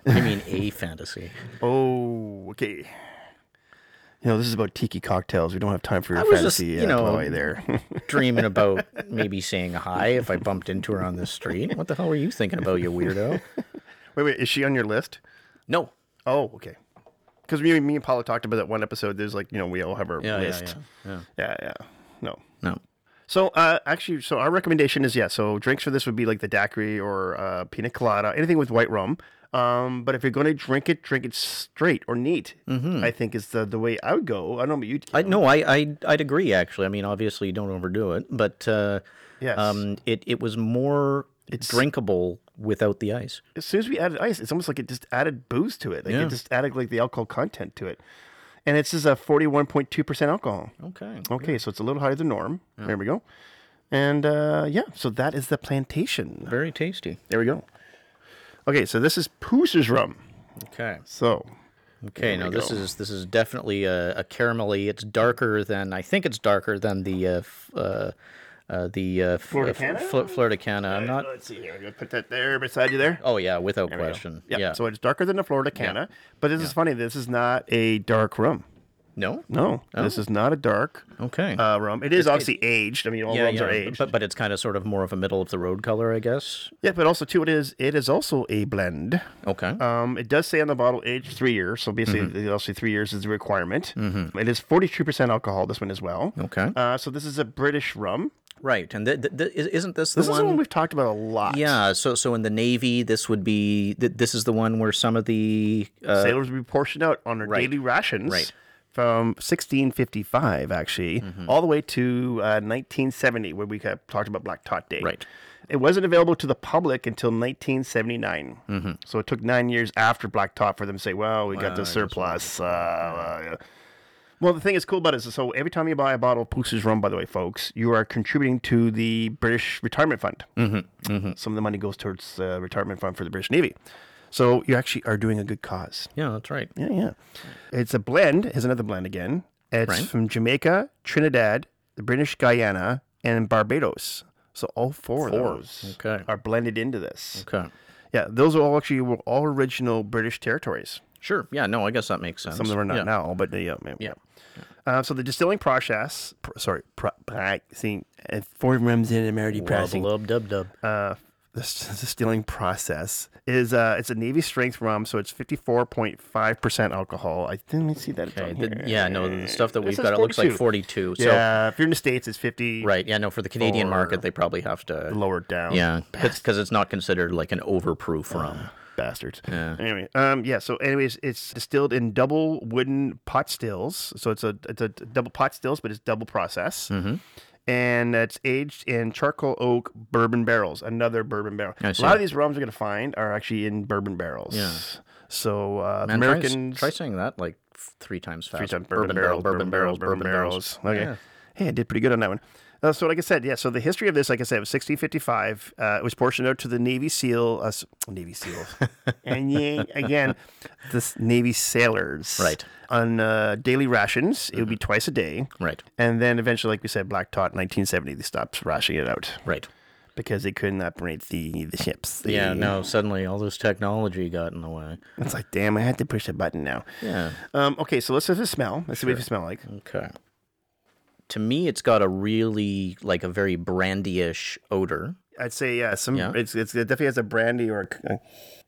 Speaker 3: I mean, a fantasy.
Speaker 2: Oh, okay. You know, this is about tiki cocktails. We don't have time for your
Speaker 3: I was just,
Speaker 2: fantasy
Speaker 3: you
Speaker 2: uh,
Speaker 3: know,
Speaker 2: ploy there.
Speaker 3: Dreaming about maybe saying hi if I bumped into her on the street. What the hell were you thinking about, you weirdo?
Speaker 2: wait, wait, is she on your list?
Speaker 3: No.
Speaker 2: Oh, okay. Because me, me and Paula talked about that one episode. There's like, you know, we all have our
Speaker 3: Yeah, yeah,
Speaker 2: list.
Speaker 3: yeah,
Speaker 2: yeah, yeah. No.
Speaker 3: No.
Speaker 2: So, uh, actually, so our recommendation is yeah. So, drinks for this would be like the daiquiri or uh, pina colada, anything with white rum. Um, but if you're going to drink it, drink it straight or neat. I think is the the way I would go. I don't know, but you.
Speaker 3: Mm-hmm. I no, I I I'd agree actually. I mean, obviously you don't overdo it, but uh
Speaker 2: Yes.
Speaker 3: um it it was more drinkable without the ice.
Speaker 2: as soon as we added ice, it's almost like it just added booze to it. Like
Speaker 3: Yeah.
Speaker 2: it just added like the alcohol content to it. And it's just a forty-one point two percent alcohol.
Speaker 3: Okay.
Speaker 2: Okay, so it's a little higher than norm. There we go. And uh, yeah, so that is the plantation.
Speaker 3: Very tasty.
Speaker 2: There we go. Okay, so this is Pooser's rum.
Speaker 3: Okay.
Speaker 2: So
Speaker 3: Okay, now this is this is definitely a, a caramelly. It's darker than I think it's darker than the uh, f- uh, uh, the uh, Florida
Speaker 2: Cana?
Speaker 3: Florida Cana. I'm not.
Speaker 2: let's see here. I'm gonna put that there beside you there.
Speaker 3: Oh yeah, without question.
Speaker 2: Yeah.
Speaker 3: Yeah.
Speaker 2: So it's darker than the Florida Canna, but this is funny. This is not a dark rum.
Speaker 3: no.
Speaker 2: No,
Speaker 3: Oh.
Speaker 2: this is not a dark
Speaker 3: Okay.
Speaker 2: uh, rum. It is obviously aged. I mean, all rums are aged.
Speaker 3: but but it's kind of sort of more of a middle of the road color, I guess.
Speaker 2: Yeah, but also too, it is it is also a blend.
Speaker 3: Okay.
Speaker 2: Um, it does say on the bottle age three years, so basically,
Speaker 3: Mm-hmm.
Speaker 2: obviously, three years is the requirement. It is forty two percent alcohol. This one as well.
Speaker 3: Okay.
Speaker 2: Uh, so this is a British rum.
Speaker 3: right. And th- th- th- is- isn't this the
Speaker 2: This
Speaker 3: one?
Speaker 2: is the one we've talked about a lot.
Speaker 3: yeah. So so in the Navy, this would be th- this is the one where some of the uh,
Speaker 2: sailors would be portioned out on their daily rations.
Speaker 3: Right. Mm-hmm.
Speaker 2: From 1655, actually, all the way to uh, 1970, where we got- talked about Black Tot Day.
Speaker 3: Right.
Speaker 2: It wasn't available to the public until 1979. So it took nine years after Black Tot for them to say, well, we got the surplus. Uh, uh, yeah. Well, the thing that's cool about it is so every time you buy a bottle of Poose's Rum, by the way, folks, you are contributing to the British Retirement Fund. Some of the money goes towards the retirement fund for the British Navy. So you actually are doing a good cause.
Speaker 3: yeah, that's right.
Speaker 2: Yeah, yeah. It's a blend. Here's another blend again. It's
Speaker 3: Right.
Speaker 2: from Jamaica, Trinidad, the British Guyana, and Barbados. So all four, of those
Speaker 3: Okay.
Speaker 2: are blended into this.
Speaker 3: Okay.
Speaker 2: Yeah, those are all actually were all original British territories.
Speaker 3: Sure. Yeah. No, I guess that makes sense.
Speaker 2: Some of them are not now, but they, yeah, yeah. yeah. Uh, so the distilling process, pr- sorry, pro, I see, uh, four rums in American pressing.
Speaker 3: Blub dub dub.
Speaker 2: uh, the s- distilling process is uh, it's a Navy strength rum, so it's fifty four point five percent alcohol. I didn't see that. it's on
Speaker 3: Okay, the-
Speaker 2: here.
Speaker 3: yeah, no, the stuff that we've
Speaker 2: says
Speaker 3: got, it looks like 42. So,
Speaker 2: yeah, if you're in the states, it's fifty.
Speaker 3: right, yeah, no, for the Canadian market, they probably have to,
Speaker 2: lower down.
Speaker 3: yeah, because it's not considered like an overproof
Speaker 2: Uh,
Speaker 3: rum.
Speaker 2: bastards. Anyway, um, yeah. So, anyways, it's distilled in double wooden pot stills. So it's a it's a double pot stills, but it's double process. Mm-hmm. And it's aged in charcoal oak bourbon barrels. Another bourbon barrel.
Speaker 3: I
Speaker 2: A
Speaker 3: see.
Speaker 2: lot of these rums we're gonna find are actually in bourbon barrels.
Speaker 3: Yeah.
Speaker 2: So uh,
Speaker 3: Man, try s-
Speaker 2: Americans
Speaker 3: Try, saying that like f- three times fast.
Speaker 2: three times
Speaker 3: bourbon, barrel, bourbon barrels, bourbon barrels.
Speaker 2: barrels. Okay. Hey, I did pretty good on that one. Uh, so, like I said, yeah. So the history of this, like I said, it was 1655. Uh, it was portioned out to the Navy SEAL, uh, s- Navy SEALs, and yeah, again, the s- Navy sailors,
Speaker 3: Right. Mm-hmm.
Speaker 2: On uh, daily rations, it would be twice a day,
Speaker 3: Right,
Speaker 2: And then eventually, like we said, Black Tot, 1970, they stopped rationing it out
Speaker 3: right.
Speaker 2: because they couldn't operate the the ships. They-
Speaker 3: Yeah, no, suddenly all this technology got in the way.
Speaker 2: It's like, damn, I had to push a button now.
Speaker 3: Yeah.
Speaker 2: Um, okay, so let's have a smell. Let's see what it smell like.
Speaker 3: Okay. To me, it's got a really, like, a very brandy-ish odor.
Speaker 2: I'd say yeah, some
Speaker 3: Yeah.
Speaker 2: It's, it's it definitely has a brandy or a c-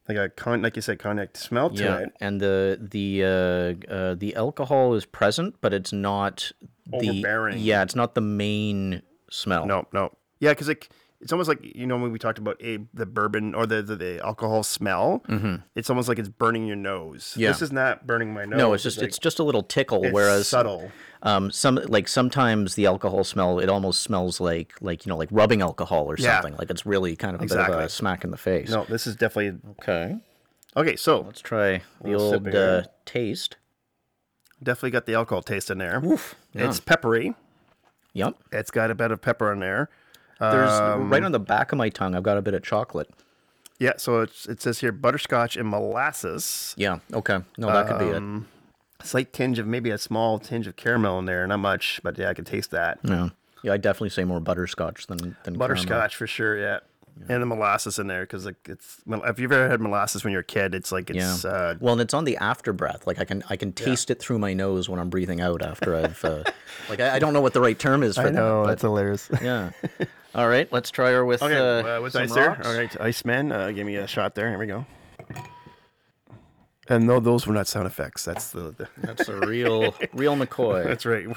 Speaker 2: like a con like you said cognac smell to
Speaker 3: yeah,
Speaker 2: it.
Speaker 3: and the the uh, uh, the alcohol is present, but it's not the
Speaker 2: Overbearing.
Speaker 3: yeah, it's not the main smell.
Speaker 2: No, no, yeah, because like it's almost like you know when we talked about a the bourbon or the the, the alcohol smell. It's almost like it's burning your nose.
Speaker 3: Mm-hmm. Yeah.
Speaker 2: This is not burning my nose.
Speaker 3: No, it's just it's just a little tickle.
Speaker 2: it's
Speaker 3: whereas
Speaker 2: subtle.
Speaker 3: um, some like sometimes the alcohol smell it almost smells like like you know like rubbing alcohol or
Speaker 2: Yeah.
Speaker 3: something. Like it's really kind of a bit of
Speaker 2: Exactly.
Speaker 3: a smack in the face.
Speaker 2: No, this is definitely
Speaker 3: Okay,
Speaker 2: okay. So
Speaker 3: let's try the
Speaker 2: Little sip
Speaker 3: old uh,
Speaker 2: here.
Speaker 3: taste.
Speaker 2: definitely got the alcohol taste in there. It's peppery.
Speaker 3: Yep,
Speaker 2: It's got a bit of pepper in there.
Speaker 3: there's
Speaker 2: um,
Speaker 3: right on the back of my tongue. I've got a bit of chocolate.
Speaker 2: Yeah. So it's, it says here butterscotch and molasses.
Speaker 3: Yeah. Okay. No, that could be it.
Speaker 2: Slight tinge of maybe a small tinge of caramel in there. Not much, but yeah, I can taste that.
Speaker 3: Yeah. Yeah, I definitely say more butterscotch than than
Speaker 2: Butterscotch
Speaker 3: caramel.
Speaker 2: for sure, yeah. And the molasses in there because like it's well, if you've ever had molasses when you're a kid, it's like
Speaker 3: Yeah.
Speaker 2: it's uh,
Speaker 3: well, and it's on the after breath. Like I can I can taste it through my nose when I'm breathing out after I've uh, like I, I don't know what the right term is for that. but-
Speaker 2: hilarious.
Speaker 3: Yeah. All right, let's try her with
Speaker 2: Okay,
Speaker 3: uh,
Speaker 2: uh, with
Speaker 3: some
Speaker 2: ice there.
Speaker 3: rocks.
Speaker 2: All right, Iceman, uh, give me a shot there. Here we go. And no, those were not sound effects. That's the, the
Speaker 3: That's a real real McCoy.
Speaker 2: that's right.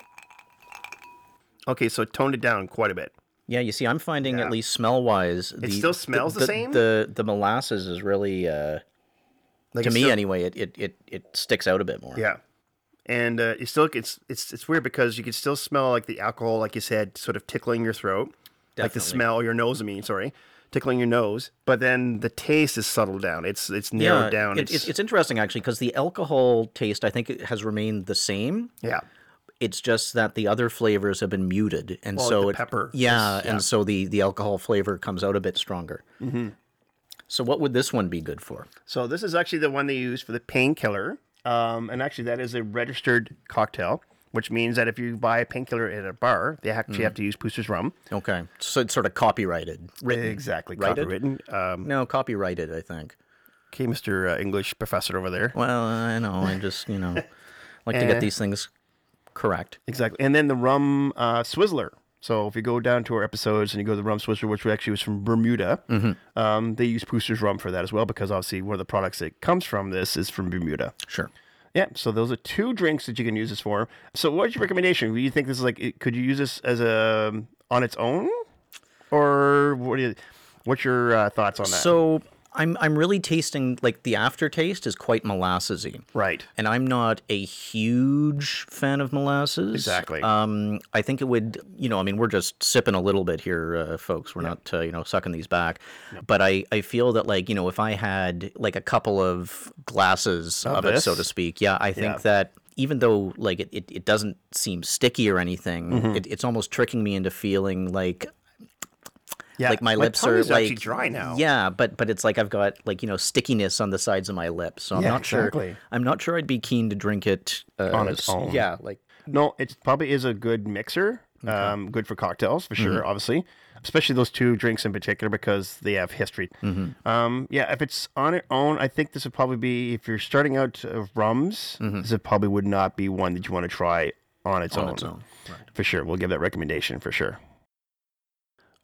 Speaker 2: okay, so toned it down quite a bit.
Speaker 3: Yeah, you see, I'm finding at least smell wise, it
Speaker 2: still smells the same?
Speaker 3: The the molasses is really uh,
Speaker 2: Like
Speaker 3: to
Speaker 2: it's
Speaker 3: me
Speaker 2: still-
Speaker 3: anyway. It, it it it sticks out a bit more.
Speaker 2: Yeah. And uh, you still it's it's it's weird because you can still smell like the alcohol, like you said, sort of tickling your throat, like the
Speaker 3: Definitely.
Speaker 2: smell your nose. I mean, sorry, tickling your nose. But then the taste is settled down. It's it's narrowed down.
Speaker 3: It, it's, it's interesting actually because the alcohol taste I think it has remained the same.
Speaker 2: yeah,
Speaker 3: It's just that the other flavors have been muted, and so
Speaker 2: the
Speaker 3: it,
Speaker 2: pepper
Speaker 3: Yeah, and so the the alcohol flavor comes out a bit stronger. Mm-hmm. So what would this one be good for?
Speaker 2: So this is actually the one they use for the painkiller. Um, and actually, that is a registered cocktail, which means that if you buy a painkiller at a bar, they actually
Speaker 3: Mm.
Speaker 2: have to use Pooster's rum.
Speaker 3: Okay, so it's sort of copyrighted, written.
Speaker 2: Exactly,
Speaker 3: Righted?
Speaker 2: copywritten. Um,
Speaker 3: No, copyrighted. I think.
Speaker 2: okay, Mister uh, English professor over there.
Speaker 3: Well, I know. I just you know like to
Speaker 2: Eh.
Speaker 3: get these things correct.
Speaker 2: Exactly. And then the rum uh, swizzler. So if you go down to our episodes and you go to the rum swizzler, which actually was from Bermuda,
Speaker 3: Mm-hmm.
Speaker 2: um, they use Pooster's rum for that as well because obviously one of the products that comes from this is from Bermuda.
Speaker 3: Sure.
Speaker 2: Yeah. So those are two drinks that you can use this for. So what's your recommendation? Do you think this is like? it- Could you use this as a on its own, or what do you? What's your uh, thoughts on that?
Speaker 3: So I'm I'm really tasting like the aftertaste is quite molassesy.
Speaker 2: right.
Speaker 3: and I'm not a huge fan of molasses.
Speaker 2: Exactly.
Speaker 3: Um, I think it would, you know, I mean, we're just sipping a little bit here, uh, folks. We're not, uh, you know, sucking these back. But I, I feel that, like, you know, if I had like a couple of glasses of, it, so
Speaker 2: this?
Speaker 3: to speak, yeah, I think that even though like it, it, it doesn't seem sticky or anything,
Speaker 2: Mm-hmm.
Speaker 3: it, it's almost tricking me into feeling like
Speaker 2: Yeah.
Speaker 3: like my, lips
Speaker 2: tongue
Speaker 3: are
Speaker 2: is actually
Speaker 3: like
Speaker 2: dry now.
Speaker 3: Yeah, but but it's like I've got like you know stickiness on the sides of my lips, so I'm
Speaker 2: Yeah,
Speaker 3: not sure.
Speaker 2: exactly.
Speaker 3: I'm not sure I'd be keen to drink it uh,
Speaker 2: On its
Speaker 3: s-
Speaker 2: own.
Speaker 3: Yeah, like
Speaker 2: No, it probably is a good mixer. Um, good for cocktails for sure, obviously, especially those two drinks in particular because they have history. Um, yeah, if it's on its own, I think this would probably be if you're starting out uh, rums, this would probably would not be one that you want to try on its own.
Speaker 3: its own,
Speaker 2: for sure. We'll give that recommendation for sure.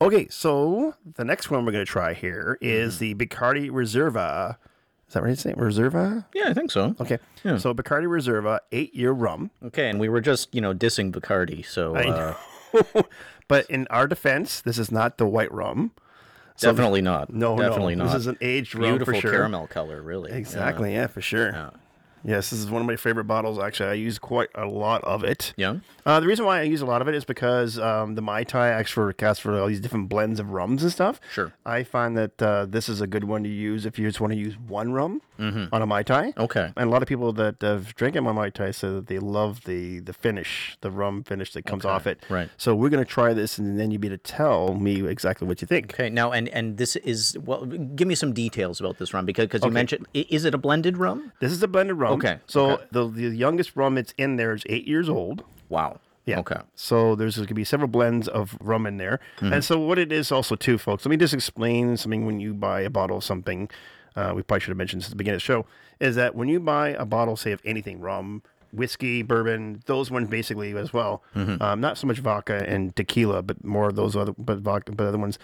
Speaker 2: Okay, so the next one we're going to try here is the Bacardi Reserva. Is that right? It's named Reserva.
Speaker 3: yeah, I think so.
Speaker 2: Okay,
Speaker 3: Yeah.
Speaker 2: so Bacardi Reserva, eight-year rum.
Speaker 3: Okay, and we were just you know dissing Bacardi, so
Speaker 2: I
Speaker 3: uh,
Speaker 2: know. but in our defense, this is not the white rum.
Speaker 3: definitely not.
Speaker 2: No,
Speaker 3: definitely
Speaker 2: no.
Speaker 3: not.
Speaker 2: This is an aged rum
Speaker 3: beautiful
Speaker 2: for sure.
Speaker 3: caramel color, really. Yeah.
Speaker 2: Exactly. Yeah, for sure. Yes, this is one of my favorite bottles. Actually, I use quite a lot of it.
Speaker 3: Yeah.
Speaker 2: Uh, the reason why I use a lot of it is because um, the Mai Tai actually casts for all these different blends of rums and stuff.
Speaker 3: Sure.
Speaker 2: I find that uh, this is a good one to use if you just want to use one rum on a Mai Tai.
Speaker 3: Mm-hmm. Okay.
Speaker 2: And a lot of people that have drinking my Mai Tai say that they love the the finish, the rum finish that comes off it.
Speaker 3: right.
Speaker 2: So we're going to try this, and then you'll be able to tell me exactly what you think.
Speaker 3: Okay, now and and this is well. Give me some details about this rum because because you mentioned i- is it a blended rum?
Speaker 2: This is a blended rum.
Speaker 3: Okay,
Speaker 2: So The, the youngest rum it's in there is eight years old.
Speaker 3: Wow.
Speaker 2: Yeah.
Speaker 3: Okay. Mm-hmm.
Speaker 2: So there's going to be several blends of rum in there. And so what it is also too, folks, let me just explain something when you buy a bottle of something, uh, we probably should have mentioned this at the beginning of the show, is that when you buy a bottle, say, of anything, rum, whiskey, bourbon, those ones basically as well,
Speaker 3: Mm-hmm.
Speaker 2: um, not so much vodka and tequila, but more of those other, but vodka, but other ones.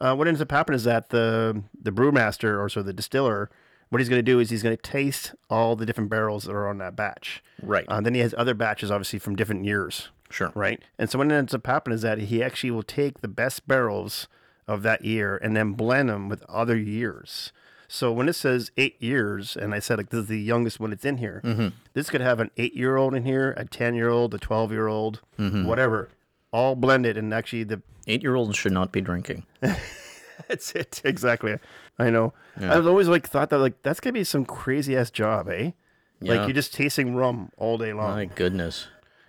Speaker 2: Uh, what ends up happening is that the, the brewmaster or so the distiller, what he's going to do is he's going to taste all the different barrels that are on that batch.
Speaker 3: Right.
Speaker 2: Uh, then he has other batches, obviously, from different years.
Speaker 3: Sure.
Speaker 2: Right. And so what ends up happening is that he actually will take the best barrels of that year and then blend them with other years. So when it says eight years, and I said like this is the youngest one that's in here, this could have an eight-year-old in here, a ten-year-old, a twelve-year-old, whatever, all blended. And actually, the
Speaker 3: Eight year olds should not be drinking.
Speaker 2: that's it exactly. I know. I've always like thought that like that's gonna be some crazy ass job, eh?
Speaker 3: Yeah.
Speaker 2: Like you're just tasting rum all day long.
Speaker 3: My goodness.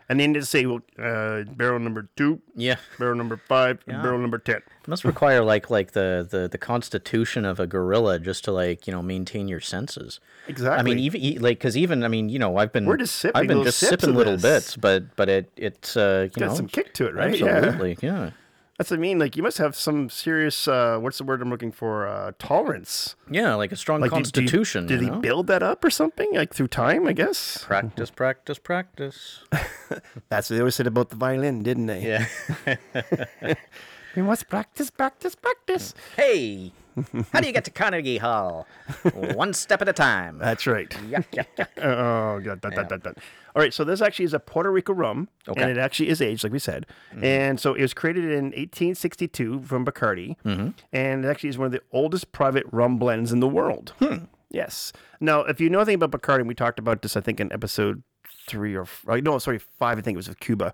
Speaker 2: And then they say, well, uh, barrel number two,
Speaker 3: Yeah.
Speaker 2: barrel number five, and barrel number 10.
Speaker 3: must require like like the, the the constitution of a gorilla just to like you know maintain your senses. I
Speaker 2: Exactly.
Speaker 3: mean, even e- like because even I mean, you know, I've been
Speaker 2: We're just sipping
Speaker 3: I've been
Speaker 2: little
Speaker 3: just
Speaker 2: sips of
Speaker 3: sipping little
Speaker 2: this.
Speaker 3: bits, but but it it's uh, you
Speaker 2: got
Speaker 3: know
Speaker 2: some kick to it, right? Yeah.
Speaker 3: Absolutely, yeah.
Speaker 2: That's what I mean. Like, you must have some serious, uh, what's the word I'm looking for? Uh, tolerance.
Speaker 3: Yeah, like a strong
Speaker 2: Like, do- do you-
Speaker 3: constitution.
Speaker 2: Did,
Speaker 3: you
Speaker 2: he
Speaker 3: know?
Speaker 2: build that up or something? Like, through time, I guess?
Speaker 3: practice, practice, practice?
Speaker 2: That's what they always said about the violin, didn't they?
Speaker 3: Yeah.
Speaker 2: We must practice, practice, practice.
Speaker 3: hey, how do you get to Carnegie Hall? One step at a time.
Speaker 2: That's right.
Speaker 3: Yuck, yuck, yuck.
Speaker 2: Oh, God. Dun, dun, dun, dun. All right. So, this actually is a Puerto Rico rum.
Speaker 3: Okay.
Speaker 2: And it actually is aged, like we said. And so, it was created in 1862 from Bacardi. And it actually is one of the oldest private rum blends in the world. Yes. Now, if you know anything about Bacardi, and we talked about this, I think, in episode three or f- uh, no, sorry, five, I think it was of Cuba.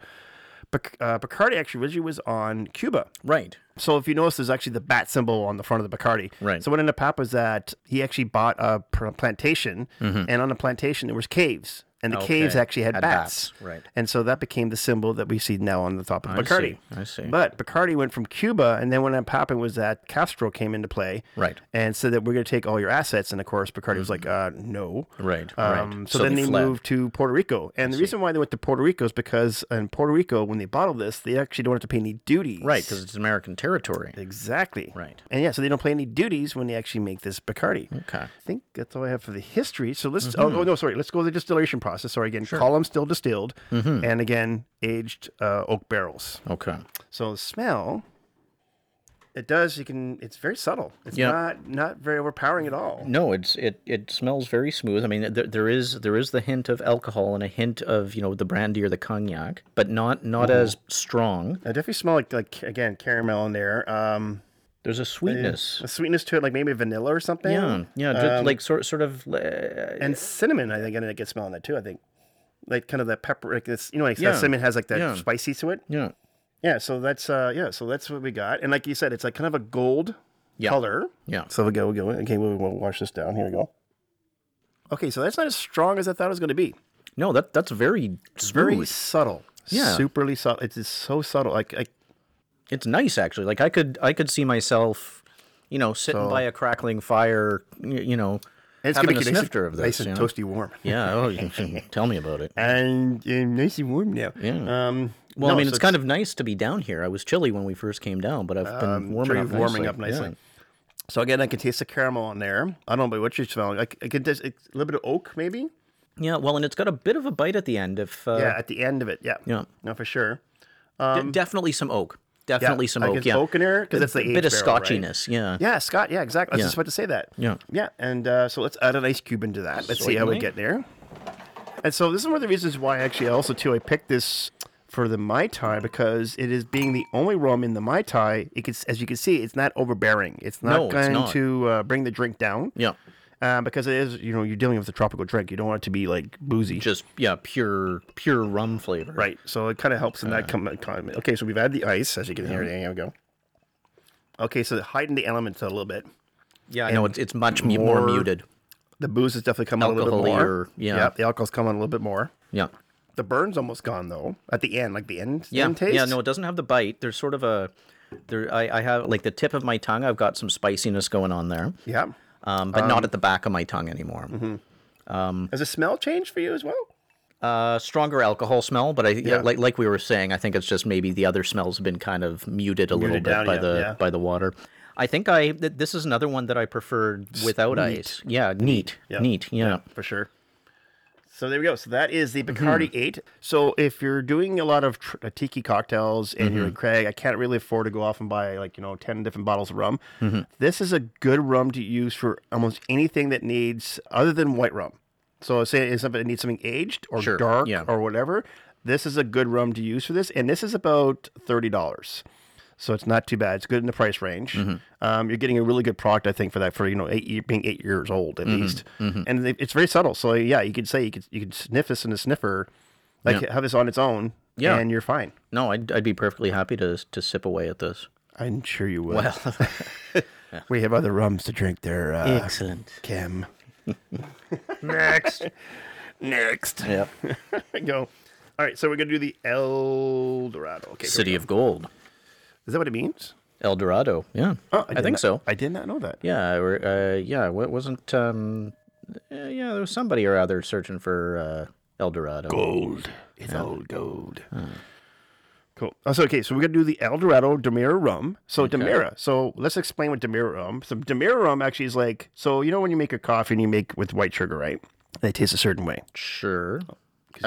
Speaker 2: Bac- uh, Bacardi actually originally was on Cuba.
Speaker 3: Right.
Speaker 2: So if you notice, there's actually the bat symbol on the front of the Bacardi.
Speaker 3: Right.
Speaker 2: So what ended up happening was that he actually bought a pr- plantation, and on the plantation there was caves, and the caves
Speaker 3: Mm-hmm. Okay.
Speaker 2: actually had,
Speaker 3: Had
Speaker 2: bats.
Speaker 3: bats, right.
Speaker 2: And so that became the symbol that we see now on the top of
Speaker 3: I
Speaker 2: Bacardi.
Speaker 3: see, I see.
Speaker 2: But Bacardi went from Cuba, and then what ended up happening was that Castro came into play.
Speaker 3: Right.
Speaker 2: And said that we're going to take all your assets, and of course Bacardi was like, uh, no.
Speaker 3: Mm-hmm. Right, right.
Speaker 2: Um, So,
Speaker 3: So
Speaker 2: then
Speaker 3: they
Speaker 2: they
Speaker 3: fled.
Speaker 2: moved to Puerto Rico, and the reason why they went to Puerto Rico is because in Puerto Rico, when they bottle this, they actually don't have to pay any duties.
Speaker 3: Right, because it's American territory.
Speaker 2: Exactly.
Speaker 3: Right.
Speaker 2: And yeah, so they don't play any duties when they actually make this Bacardi.
Speaker 3: Okay. Mm-hmm.
Speaker 2: I think that's all I have for the history. So let's. Oh, oh, no, sorry. Let's go to the distillation process. Sorry again. Column still distilled,
Speaker 3: Mm-hmm.
Speaker 2: and again aged uh, oak barrels.
Speaker 3: Okay.
Speaker 2: So the smell. It does. You can. It's very subtle. It's
Speaker 3: Yeah.
Speaker 2: not not very overpowering at all.
Speaker 3: No, it's it it smells very smooth. I mean, there, there is there is the hint of alcohol and a hint of you know the brandy or the cognac, but not not
Speaker 2: Mm-hmm.
Speaker 3: as strong.
Speaker 2: I definitely smell like like again caramel in there. Um,
Speaker 3: There's a sweetness.
Speaker 2: a sweetness to it, like maybe vanilla or something.
Speaker 3: Yeah, yeah, ju-
Speaker 2: Um,
Speaker 3: like sort sort of. uh,
Speaker 2: and cinnamon. I think I get smell in it too. I think like kind of that pepper, like this. You know, like
Speaker 3: Yeah.
Speaker 2: that cinnamon has like that
Speaker 3: Yeah.
Speaker 2: spicy to it.
Speaker 3: yeah,
Speaker 2: Yeah. So that's uh yeah. So that's what we got. And like you said, it's like kind of a gold
Speaker 3: Yeah.
Speaker 2: color.
Speaker 3: yeah.
Speaker 2: So we go, we go. Okay, we'll, we'll wash this down. Here we go. Okay, so that's not as strong as I thought it was going to be.
Speaker 3: No, that that's very
Speaker 2: It's very
Speaker 3: smooth.
Speaker 2: subtle.
Speaker 3: Yeah.
Speaker 2: Superly subtle. It's, it's so subtle. Like, like
Speaker 3: It's nice actually. Like I could I could see myself, you know, sitting by a crackling fire, y- you know,
Speaker 2: and it's
Speaker 3: having
Speaker 2: gonna be
Speaker 3: a
Speaker 2: nice and-
Speaker 3: snifter of this.
Speaker 2: Nice and
Speaker 3: you know?
Speaker 2: toasty warm.
Speaker 3: Yeah. Oh, you can tell me about it.
Speaker 2: And, uh, nice and warm now. Yeah. Um,
Speaker 3: Well,
Speaker 2: no,
Speaker 3: I mean,
Speaker 2: so
Speaker 3: it's kind of nice to be down here. I was chilly when we first came down, but I've been warming
Speaker 2: Um, sure
Speaker 3: up.
Speaker 2: you're warming
Speaker 3: nicely.
Speaker 2: up nicely. So again, I can taste the caramel on there. I don't know what you're smelling. I, c- I can taste it's a little bit of oak, maybe.
Speaker 3: Yeah. yeah. Well, and it's got a bit of a bite at the end. If uh,
Speaker 2: yeah, um, at the end of it. Yeah.
Speaker 3: yeah.
Speaker 2: No, for sure.
Speaker 3: De- definitely some oak. Definitely some
Speaker 2: I
Speaker 3: oak.
Speaker 2: guess
Speaker 3: Yeah.
Speaker 2: oak in there because that's the
Speaker 3: a
Speaker 2: aged
Speaker 3: bit of
Speaker 2: barrel, right?
Speaker 3: scotchiness. Yeah.
Speaker 2: Yeah, Scott. Yeah, exactly. I was
Speaker 3: Yeah.
Speaker 2: just about to say that.
Speaker 3: Yeah.
Speaker 2: Yeah. And uh, so let's add an ice cube into that. Let's see how we
Speaker 3: Certainly.
Speaker 2: get there. And so this is one of the reasons why actually I also too I picked this for the Mai Tai because it is being the only rum in the Mai Tai. It could, as you can see, it's not overbearing. It's not
Speaker 3: No, it's
Speaker 2: going
Speaker 3: not.
Speaker 2: to uh, bring the drink down.
Speaker 3: Yeah.
Speaker 2: Uh, because it is, you know, you're dealing with a tropical drink. You don't want it to be like boozy.
Speaker 3: Just yeah, pure pure rum flavor.
Speaker 2: Right. So it kind of helps in
Speaker 3: Uh,
Speaker 2: that com- com- Okay, so we've added the ice, as you can hear. There we go. Okay, so heighten the elements a little bit.
Speaker 3: Yeah. No, it's it's much mu- more,
Speaker 2: more-
Speaker 3: muted.
Speaker 2: The booze has definitely come on a little bit more.
Speaker 3: Alcoholier, yeah.
Speaker 2: the alcohol's come on a little bit more.
Speaker 3: Yeah.
Speaker 2: The burn's almost gone though. At the end, like the end,
Speaker 3: Yeah.
Speaker 2: end taste.
Speaker 3: Yeah. No, it doesn't have the bite. There's sort of a there. I, I have like the tip of my tongue. I've got some spiciness going on there.
Speaker 2: Yeah.
Speaker 3: Um, but not at the back of my tongue anymore.
Speaker 2: mm-hmm. Has the smell changed for you as well?
Speaker 3: Uh, stronger alcohol smell, but I yeah. like like we were saying, I think it's just maybe the other smells have been kind of muted a little
Speaker 2: Muted
Speaker 3: bit
Speaker 2: down,
Speaker 3: by
Speaker 2: yeah,
Speaker 3: the
Speaker 2: yeah.
Speaker 3: by the water. I think I th- this is another one that I preferred without ice. Yeah, neat, neat. Yeah,
Speaker 2: for sure. So there we go. So that is the
Speaker 3: Mm-hmm.
Speaker 2: Bacardi 8. So if you're doing a lot of tr- uh, tiki cocktails and you're
Speaker 3: Mm-hmm.
Speaker 2: like, Craig, I can't really afford to go off and buy like, you know, 10 different bottles of rum.
Speaker 3: Mm-hmm.
Speaker 2: This is a good rum to use for almost anything that needs, other than white rum. So say it's something that needs something aged or
Speaker 3: Sure,
Speaker 2: dark
Speaker 3: yeah.
Speaker 2: or whatever. This is a good rum to use for this, and this is about thirty dollars. So it's not too bad. It's good in the price range.
Speaker 3: Mm-hmm.
Speaker 2: Um, you're getting a really good product, I think, for that for you know eight year, being eight years old
Speaker 3: Mm-hmm.
Speaker 2: at least, and it- it's very subtle. So yeah, you could say you could you could sniff this in a sniffer, like have this on its own,
Speaker 3: Yeah.
Speaker 2: and you're fine.
Speaker 3: No, I'd, I'd be perfectly happy to to sip away at this.
Speaker 2: I'm sure you will. we have other rums to drink there. Uh,
Speaker 3: Excellent.
Speaker 2: Kim. Next. Next.
Speaker 3: Yep.
Speaker 2: Go. All right, so we're gonna do the El Dorado. Okay. here we
Speaker 3: City
Speaker 2: go.
Speaker 3: of Gold,
Speaker 2: Is that what it means?
Speaker 3: El Dorado. Yeah,
Speaker 2: Oh,
Speaker 3: I
Speaker 2: did
Speaker 3: think
Speaker 2: not-
Speaker 3: so.
Speaker 2: I did not know that.
Speaker 3: Yeah, or, uh, yeah. What wasn't? Um, eh, yeah, there was somebody or other searching for uh, El Dorado.
Speaker 2: Gold. It's old gold.
Speaker 3: Hmm.
Speaker 2: Cool. Oh, so, okay, so we're gonna do the El Dorado Demira rum. So Demira. So let's explain what Demira rum. So Demira rum actually is like so you know when you make a coffee and you make with white sugar, right? They taste a certain way.
Speaker 3: Sure.
Speaker 2: Oh,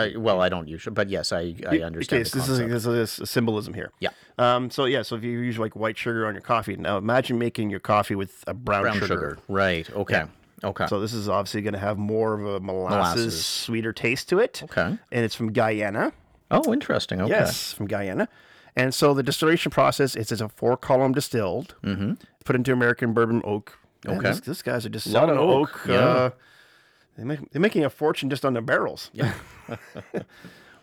Speaker 3: I, well, I don't usually, but yes, I, I understand.
Speaker 2: Yes,
Speaker 3: the
Speaker 2: this is
Speaker 3: concept.
Speaker 2: this is a symbolism here.
Speaker 3: Yeah.
Speaker 2: Um. So yeah. So if you use like white sugar on your coffee, now imagine making your coffee with a brown,
Speaker 3: brown
Speaker 2: sugar.
Speaker 3: sugar. Right. Okay. Okay.
Speaker 2: So this is obviously going to have more of a molasses,
Speaker 3: Molasses.
Speaker 2: sweeter taste to it.
Speaker 3: Okay.
Speaker 2: And it's from Guyana.
Speaker 3: oh, interesting. Okay.
Speaker 2: Yes, from Guyana. And so the distillation process is it's a four column distilled, mm-hmm. put into American bourbon oak. Man,
Speaker 3: Okay.
Speaker 2: this- These guys are just
Speaker 3: Lot
Speaker 2: selling
Speaker 3: of
Speaker 2: oak.
Speaker 3: oak, yeah.
Speaker 2: Uh, they make, they're making a fortune just on the barrels. Yeah.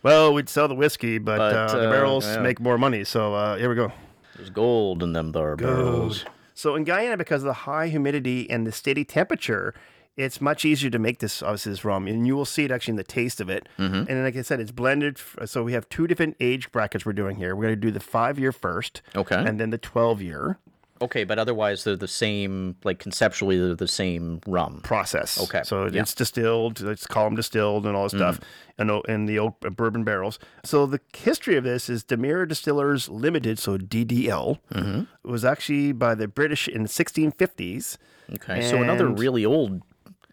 Speaker 2: well, we'd sell the whiskey, but,
Speaker 3: But,
Speaker 2: uh, the
Speaker 3: uh,
Speaker 2: barrels
Speaker 3: yeah.
Speaker 2: make more money. So uh, here we go.
Speaker 3: There's gold in them there barrels.
Speaker 2: So in Guyana, because of the high humidity and the steady temperature, it's much easier to make this obviously this rum, and you will see it actually in the taste of it.
Speaker 3: Mm-hmm.
Speaker 2: And then, like I said, it's blended. f- So we have two different age brackets we're doing here. We're going to do the five year first,
Speaker 3: Okay.
Speaker 2: and then the twelve year
Speaker 3: Okay, but otherwise they're the same. Like conceptually, they're the same rum.
Speaker 2: process.
Speaker 3: Okay,
Speaker 2: so
Speaker 3: yeah. Mm-hmm.
Speaker 2: it's distilled, it's column distilled, and all this stuff, and o- and the oak bourbon barrels. So the history of this is Demira Distillers Limited, so DDL,
Speaker 3: Mm-hmm.
Speaker 2: was actually by the British in the 1650s.
Speaker 3: Okay. So another
Speaker 2: And-
Speaker 3: really old,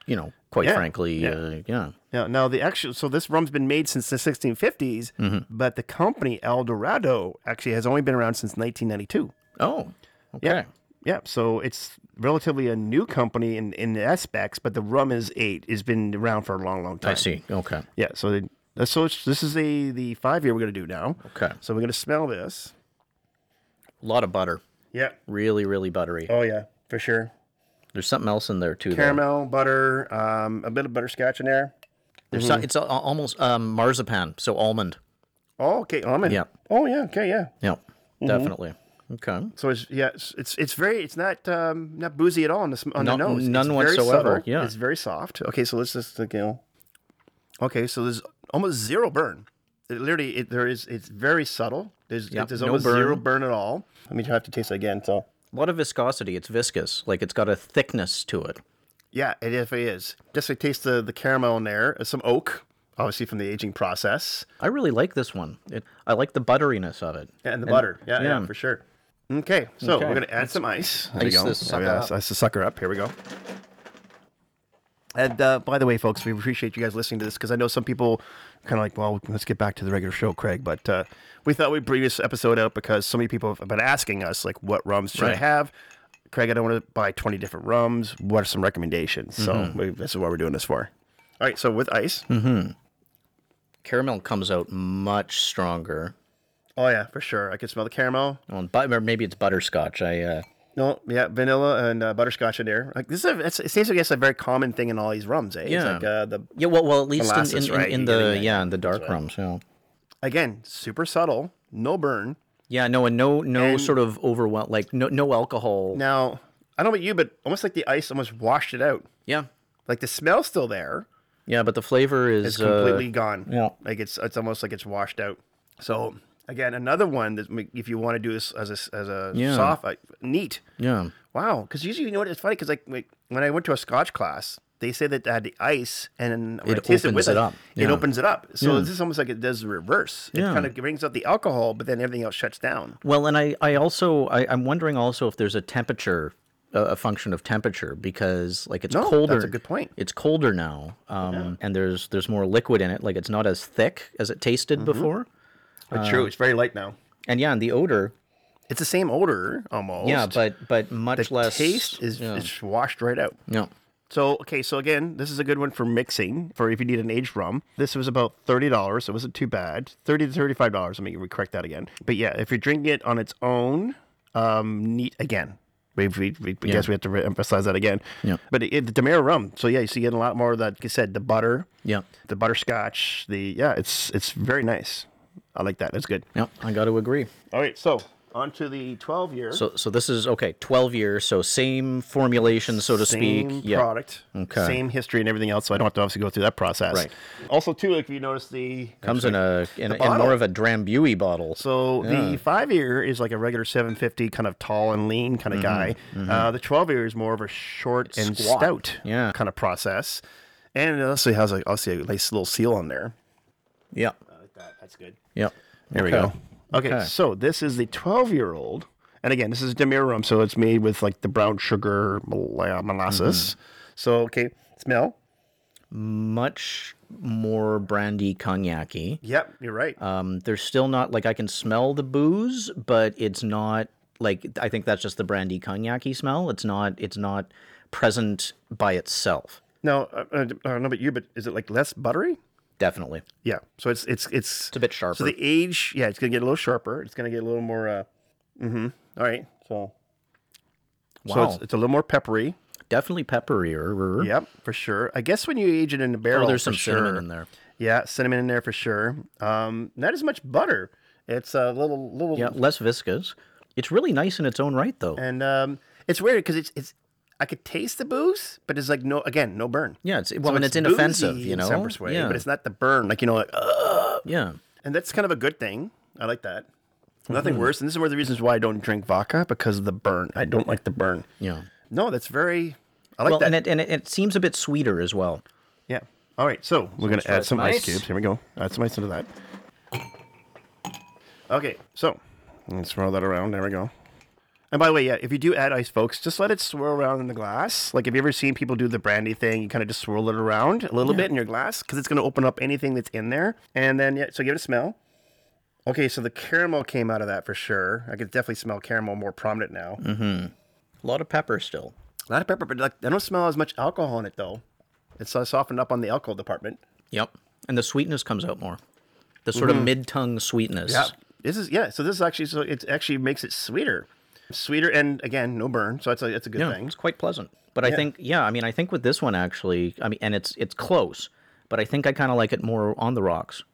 Speaker 3: you know, quite
Speaker 2: Yeah,
Speaker 3: frankly, Uh, yeah.
Speaker 2: Now, now the actual so this rum's been made since the 1650s,
Speaker 3: Mm-hmm.
Speaker 2: but the company El Dorado actually has only been around since 1992.
Speaker 3: Oh. Okay.
Speaker 2: Yeah, so it's relatively a new company in in aspects, but the rum is eight has been around for a long, long time.
Speaker 3: I see. Okay.
Speaker 2: Yeah, so they, that's- so it's, this is a the five year we're gonna do now.
Speaker 3: Okay.
Speaker 2: So we're gonna smell this.
Speaker 3: A lot of butter.
Speaker 2: Yeah.
Speaker 3: Really, really buttery.
Speaker 2: Oh yeah, for sure.
Speaker 3: There's something else in there too. though.
Speaker 2: Caramel, butter, um, a bit of butterscotch in there.
Speaker 3: There's
Speaker 2: Mm-hmm.
Speaker 3: some, it's al- almost um, marzipan, so almond.
Speaker 2: Oh, okay, almond.
Speaker 3: Yeah.
Speaker 2: Oh yeah, okay, yeah.
Speaker 3: Yeah,
Speaker 2: Mm-hmm.
Speaker 3: definitely. Okay.
Speaker 2: So it's yeah, it's it's, it's very it's not um, not boozy at all on the sm- on
Speaker 3: No-
Speaker 2: the nose.
Speaker 3: none
Speaker 2: it's Very
Speaker 3: whatsoever,
Speaker 2: subtle.
Speaker 3: yeah.
Speaker 2: it's very soft. Okay, so let's just like, you know. Okay, so there's almost zero burn. It literally, it, there is it's very subtle. There's
Speaker 3: Yep,
Speaker 2: there's
Speaker 3: no
Speaker 2: almost
Speaker 3: burn.
Speaker 2: zero burn at all. Let me have to taste it again. So
Speaker 3: A lot of viscosity. It's viscous. Like it's got a thickness to it.
Speaker 2: yeah, it definitely is. Just to taste the the caramel in there, uh, some oak, obviously from the aging process,
Speaker 3: I really like this one. It, I like the butteriness of it.
Speaker 2: yeah, and the butter. Yeah, yeah,
Speaker 3: yeah.
Speaker 2: for sure. Okay, so
Speaker 3: Okay.
Speaker 2: we're gonna add some ice. There
Speaker 3: Ice this sucker
Speaker 2: yeah,
Speaker 3: up.
Speaker 2: Ice the sucker up. Here we go. And uh, by the way, folks, we appreciate you guys listening to this because I know some people kind of like, well, let's get back to the regular show, Craig. But uh, we thought we'd bring this episode out because so many people have been asking us, like, what rums should I
Speaker 3: Right.
Speaker 2: have? Craig, I don't want to buy 20 different rums. What are some recommendations?
Speaker 3: Mm-hmm.
Speaker 2: So we, this is what we're doing this for. All right, so with ice.
Speaker 3: Caramel comes out much stronger.
Speaker 2: Oh, yeah, for sure. I can smell the caramel.
Speaker 3: On but or maybe it's butterscotch. I uh,
Speaker 2: No, yeah, vanilla and uh, butterscotch in there. Like this is, a, it's, it seems like it's a very common thing in all these rums, eh? It's
Speaker 3: Yeah.
Speaker 2: like uh, the
Speaker 3: yeah. Well, well, at least in,
Speaker 2: Molasses,
Speaker 3: in, in,
Speaker 2: right?
Speaker 3: in
Speaker 2: You're getting
Speaker 3: the
Speaker 2: that
Speaker 3: yeah in the dark rums. Yeah.
Speaker 2: again super subtle, no burn.
Speaker 3: Yeah. No, and no, no
Speaker 2: And-
Speaker 3: sort of overwhelm. Like no, no alcohol.
Speaker 2: Now I don't know about you, but almost like the ice almost washed it out.
Speaker 3: Yeah.
Speaker 2: Like the smell's still there,
Speaker 3: Yeah, but the flavor is
Speaker 2: it's completely gone.
Speaker 3: uh, yeah.
Speaker 2: like it's it's almost like it's washed out. So again, another one that ma- if you want to do this as a s- as a
Speaker 3: Yeah.
Speaker 2: soft uh, neat.
Speaker 3: Uh, yeah.
Speaker 2: Wow, because usually you know what? It's funny because like like, when I went to a Scotch class, they say that they had the ice, and then when
Speaker 3: It
Speaker 2: I taste
Speaker 3: opens
Speaker 2: with
Speaker 3: it up.
Speaker 2: It
Speaker 3: Yeah.
Speaker 2: opens it up. So this is almost like it does the reverse. It
Speaker 3: Yeah.
Speaker 2: kind of brings up the alcohol, but then everything else shuts down.
Speaker 3: Well, and I, I also, I, I'm wondering also if there's a temperature, a, a function of temperature, because like it's
Speaker 2: No, that's
Speaker 3: colder.
Speaker 2: a good point.
Speaker 3: It's colder now, um, and there's there's more liquid in it. Like it's not as thick as it tasted
Speaker 2: Mm-hmm.
Speaker 3: before.
Speaker 2: But true, it's very light now.
Speaker 3: And yeah, and the odor.
Speaker 2: It's the same odor almost.
Speaker 3: Yeah, but but much
Speaker 2: the
Speaker 3: less
Speaker 2: taste is
Speaker 3: Yeah.
Speaker 2: it's washed right out.
Speaker 3: No.
Speaker 2: So okay, so again, this is a good one for mixing for if you need an aged rum. This was about thirty dollars, so it wasn't too bad. Thirty to thirty-five dollars. I mean, we correct that again. But yeah, if you're drinking it on its own, um, neat again. We, we, we I guess we have to re- emphasize that again.
Speaker 3: Yeah.
Speaker 2: But it, the Demerara rum, so yeah, you see getting a lot more of that. Like you said, the butter.
Speaker 3: Yeah.
Speaker 2: The butterscotch. The yeah, it's it's very nice. I like that. That's good.
Speaker 3: Yep, I got to agree.
Speaker 2: All right, so on to the twelve year.
Speaker 3: So, so this is okay. Twelve years, so same formulation, so to
Speaker 2: same
Speaker 3: speak.
Speaker 2: product,
Speaker 3: Okay.
Speaker 2: same history and everything else. So I don't have to obviously go through that process.
Speaker 3: Right.
Speaker 2: Also, too, like if you notice the
Speaker 3: comes in a in, in
Speaker 2: bottle.
Speaker 3: more of a Drambuie bottle.
Speaker 2: so the five year is like a regular 750, kind of tall and lean kind of guy. Uh, the 12 year is more of a short and
Speaker 3: Mm-hmm. squat.
Speaker 2: stout
Speaker 3: Yeah.
Speaker 2: kind of process, and it also has a, also a nice little seal on there.
Speaker 3: yeah,
Speaker 2: that's good.
Speaker 3: yeah.
Speaker 2: There we go. Okay, so this is the 12 year old. And again, this is Demir rum, so it's made with like the brown sugar mol- uh, molasses.
Speaker 3: Mm-hmm.
Speaker 2: So, okay, smell.
Speaker 3: Much more brandy cognac-y.
Speaker 2: Yep, you're right.
Speaker 3: Um, there's still not like I can smell the booze, but it's not like I think that's just the brandy cognac-y smell. It's not. It's not present by itself.
Speaker 2: now, uh, uh, I don't know about you, but is it like less buttery?
Speaker 3: Definitely,
Speaker 2: Yeah. So it's it's it's
Speaker 3: it's a bit sharper.
Speaker 2: So the age, yeah, it's gonna get a little sharper. It's gonna get a little more. uh Mm-hmm. All right. So so
Speaker 3: wow,
Speaker 2: it's, it's a little more peppery.
Speaker 3: definitely pepperier.
Speaker 2: Yep, for sure. I guess when you age it in the barrel,
Speaker 3: Oh, there's some
Speaker 2: for
Speaker 3: cinnamon
Speaker 2: sure.
Speaker 3: in there.
Speaker 2: Yeah, cinnamon in there for sure. Um, not as much butter. It's a little little
Speaker 3: Yeah, less viscous. It's really nice in its own right, though.
Speaker 2: and um, it's weird because it's it's I could taste the booze, but it's like no again no burn.
Speaker 3: yeah, it's well, and it's,
Speaker 2: boozy
Speaker 3: inoffensive, you
Speaker 2: in
Speaker 3: know.
Speaker 2: some way,
Speaker 3: yeah,
Speaker 2: but it's not the burn like you know like "Ugh."
Speaker 3: yeah.
Speaker 2: and that's kind of a good thing. I like that. Nothing worse, and this is one of the reasons why I don't drink vodka because of the burn. I don't like the burn.
Speaker 3: Yeah.
Speaker 2: No, that's very. I like
Speaker 3: Well,
Speaker 2: that.
Speaker 3: and it and it, it seems a bit sweeter as well.
Speaker 2: yeah. All right, so we're gonna
Speaker 3: try
Speaker 2: add some
Speaker 3: some
Speaker 2: ice
Speaker 3: ice.
Speaker 2: cubes. Here we go. Add some ice into that. Okay, so let's swirl that around. There we go. And by the way, yeah, if you do add ice, folks, just let it swirl around in the glass. Like, have you ever seen people do the brandy thing? You kind of just swirl it around a little bit in your glass because it's going to open up anything that's in there. And then, yeah, so give it a smell. Okay, so the caramel came out of that for sure. I could definitely smell caramel more prominent now.
Speaker 3: A lot of pepper still.
Speaker 2: A lot of pepper, but like, I don't smell as much alcohol in it though. It's uh, softened up on the alcohol department.
Speaker 3: Yep. And the sweetness comes out more. The sort of mid tongue sweetness.
Speaker 2: This is Mm-hmm. yeah. So this is actually so it actually makes it sweeter, sweeter, and again no burn. So that's a that's a good
Speaker 3: Yeah,
Speaker 2: thing.
Speaker 3: it's quite pleasant. But I think yeah, I mean I think with this one actually, I mean and it's it's close, but I think I kind of like it more on the rocks.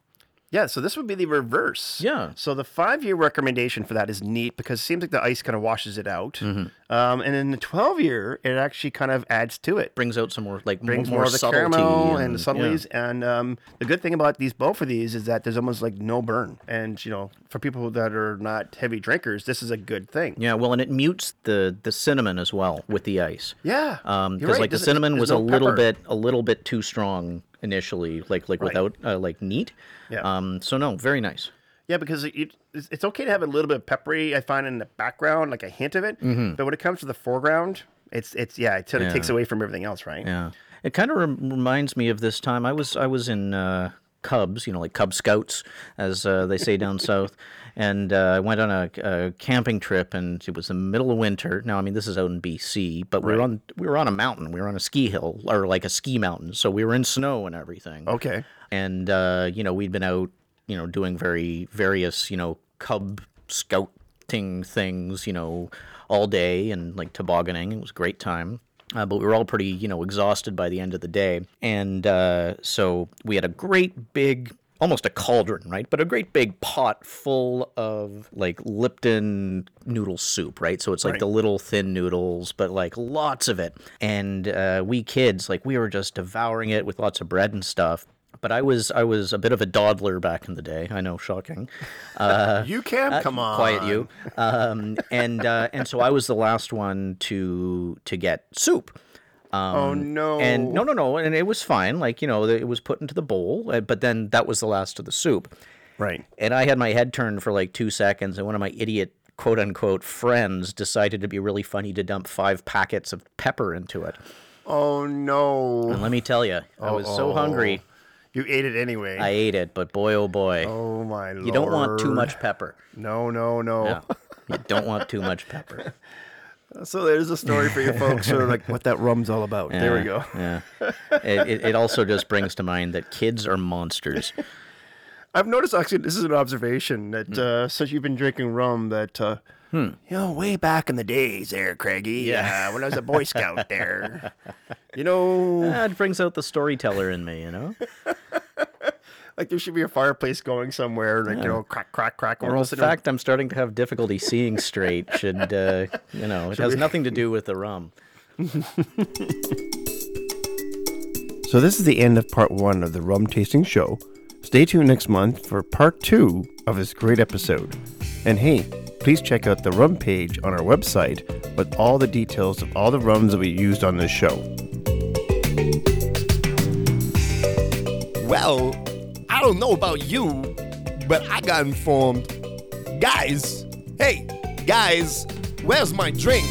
Speaker 2: Yeah. So this would be the reverse.
Speaker 3: Yeah.
Speaker 2: So the five year recommendation for that is neat because it seems like the ice kind of washes it out,
Speaker 3: Mm-hmm.
Speaker 2: um, and in the twelve year it actually kind of adds to it.
Speaker 3: Brings out some more like
Speaker 2: brings
Speaker 3: more,
Speaker 2: more, of the
Speaker 3: subtlety
Speaker 2: caramel and, the
Speaker 3: yeah.
Speaker 2: subtleties. And um, the good thing about these both of these is that there's almost like no burn. And you know, for people that are not heavy drinkers, this is a good thing.
Speaker 3: Yeah, well, and it mutes the the cinnamon as well with the ice.
Speaker 2: Yeah,
Speaker 3: Um,
Speaker 2: you're
Speaker 3: because
Speaker 2: right,
Speaker 3: like the
Speaker 2: doesn't-
Speaker 3: cinnamon
Speaker 2: there's
Speaker 3: was
Speaker 2: no
Speaker 3: a little
Speaker 2: pepper.
Speaker 3: bit a little bit too strong initially, like like without uh, like neat.
Speaker 2: Yeah.
Speaker 3: Um. So no, very nice.
Speaker 2: Yeah, because it, it- it's it's okay to have a little bit of peppery. I find in the background, like a hint of it.
Speaker 3: Mm-hmm.
Speaker 2: But when it comes to the foreground, it's it's yeah, it sort of takes away from everything else, right?
Speaker 3: Yeah. It kind of rem- reminds me of this time I was I was in uh, Cubs, you know, like Cub Scouts, as uh, they say down south, and uh, I went on a, a camping trip, and it was the middle of winter. Now, I mean, this is out in BC, but we were on we were on a mountain, we were on a ski hill or like a ski mountain, so we were in snow and everything.
Speaker 2: Okay.
Speaker 3: and uh, you know we'd been out you know doing very various you know cub scouting things you know all day and like tobogganing it was a great time uh, but we were all pretty you know exhausted by the end of the day and uh, so we had a great big almost a cauldron right but a great big pot full of like lipton noodle soup right so it's like the little thin noodles but like lots of it and uh, we kids like we were just devouring it with lots of bread and stuff but I was I was a bit of a dawdler back in the day. I know, shocking. Uh,
Speaker 1: You can come on.
Speaker 3: quiet you. Um, and uh, and so I was the last one to to get soup. Um,
Speaker 2: Oh no.
Speaker 3: And no, no, no. And it was fine. Like you know, it was put into the bowl. uh, But then that was the last of the soup.
Speaker 2: Right.
Speaker 3: And I had my head turned for like two seconds, and one of my idiot quote unquote friends decided to be really funny to dump five packets of pepper into it.
Speaker 2: Oh no.
Speaker 3: And let me tell you, I was so hungry.
Speaker 2: You ate it anyway.
Speaker 3: I ate it, but boy, oh boy.
Speaker 2: oh my lord.
Speaker 3: You don't want too much pepper.
Speaker 2: No, no, no.
Speaker 3: No, you don't want too much pepper.
Speaker 2: So there's a story for you folks, sort of like what that rum's all about. There we
Speaker 3: Yeah,
Speaker 2: go.
Speaker 3: Yeah. It, it, it also just brings to mind that kids are monsters.
Speaker 2: I've noticed actually this is an observation that
Speaker 3: Hmm.
Speaker 2: uh, since you've been drinking rum that uh, you know way back in the days there, Craigie. Yeah, when I was a Boy Scout there, you know,
Speaker 3: Ah, it brings out the storyteller in me, you know?
Speaker 2: like there should be a fireplace going somewhere, like you know, crack, crack, crack. We're all
Speaker 3: Well, the
Speaker 2: sitting around-
Speaker 3: fact I'm starting to have difficulty seeing straight should, uh, you know, it has nothing to do with the rum.
Speaker 2: So, this is the end of part one of the Rum Tasting Show. Stay tuned next month for part two of this great episode. And hey, please check out the rum page on our website with all the details of all the rums that we used on this show.
Speaker 1: Well, I don't know about you, but I got informed. Guys, hey, guys, where's my drink?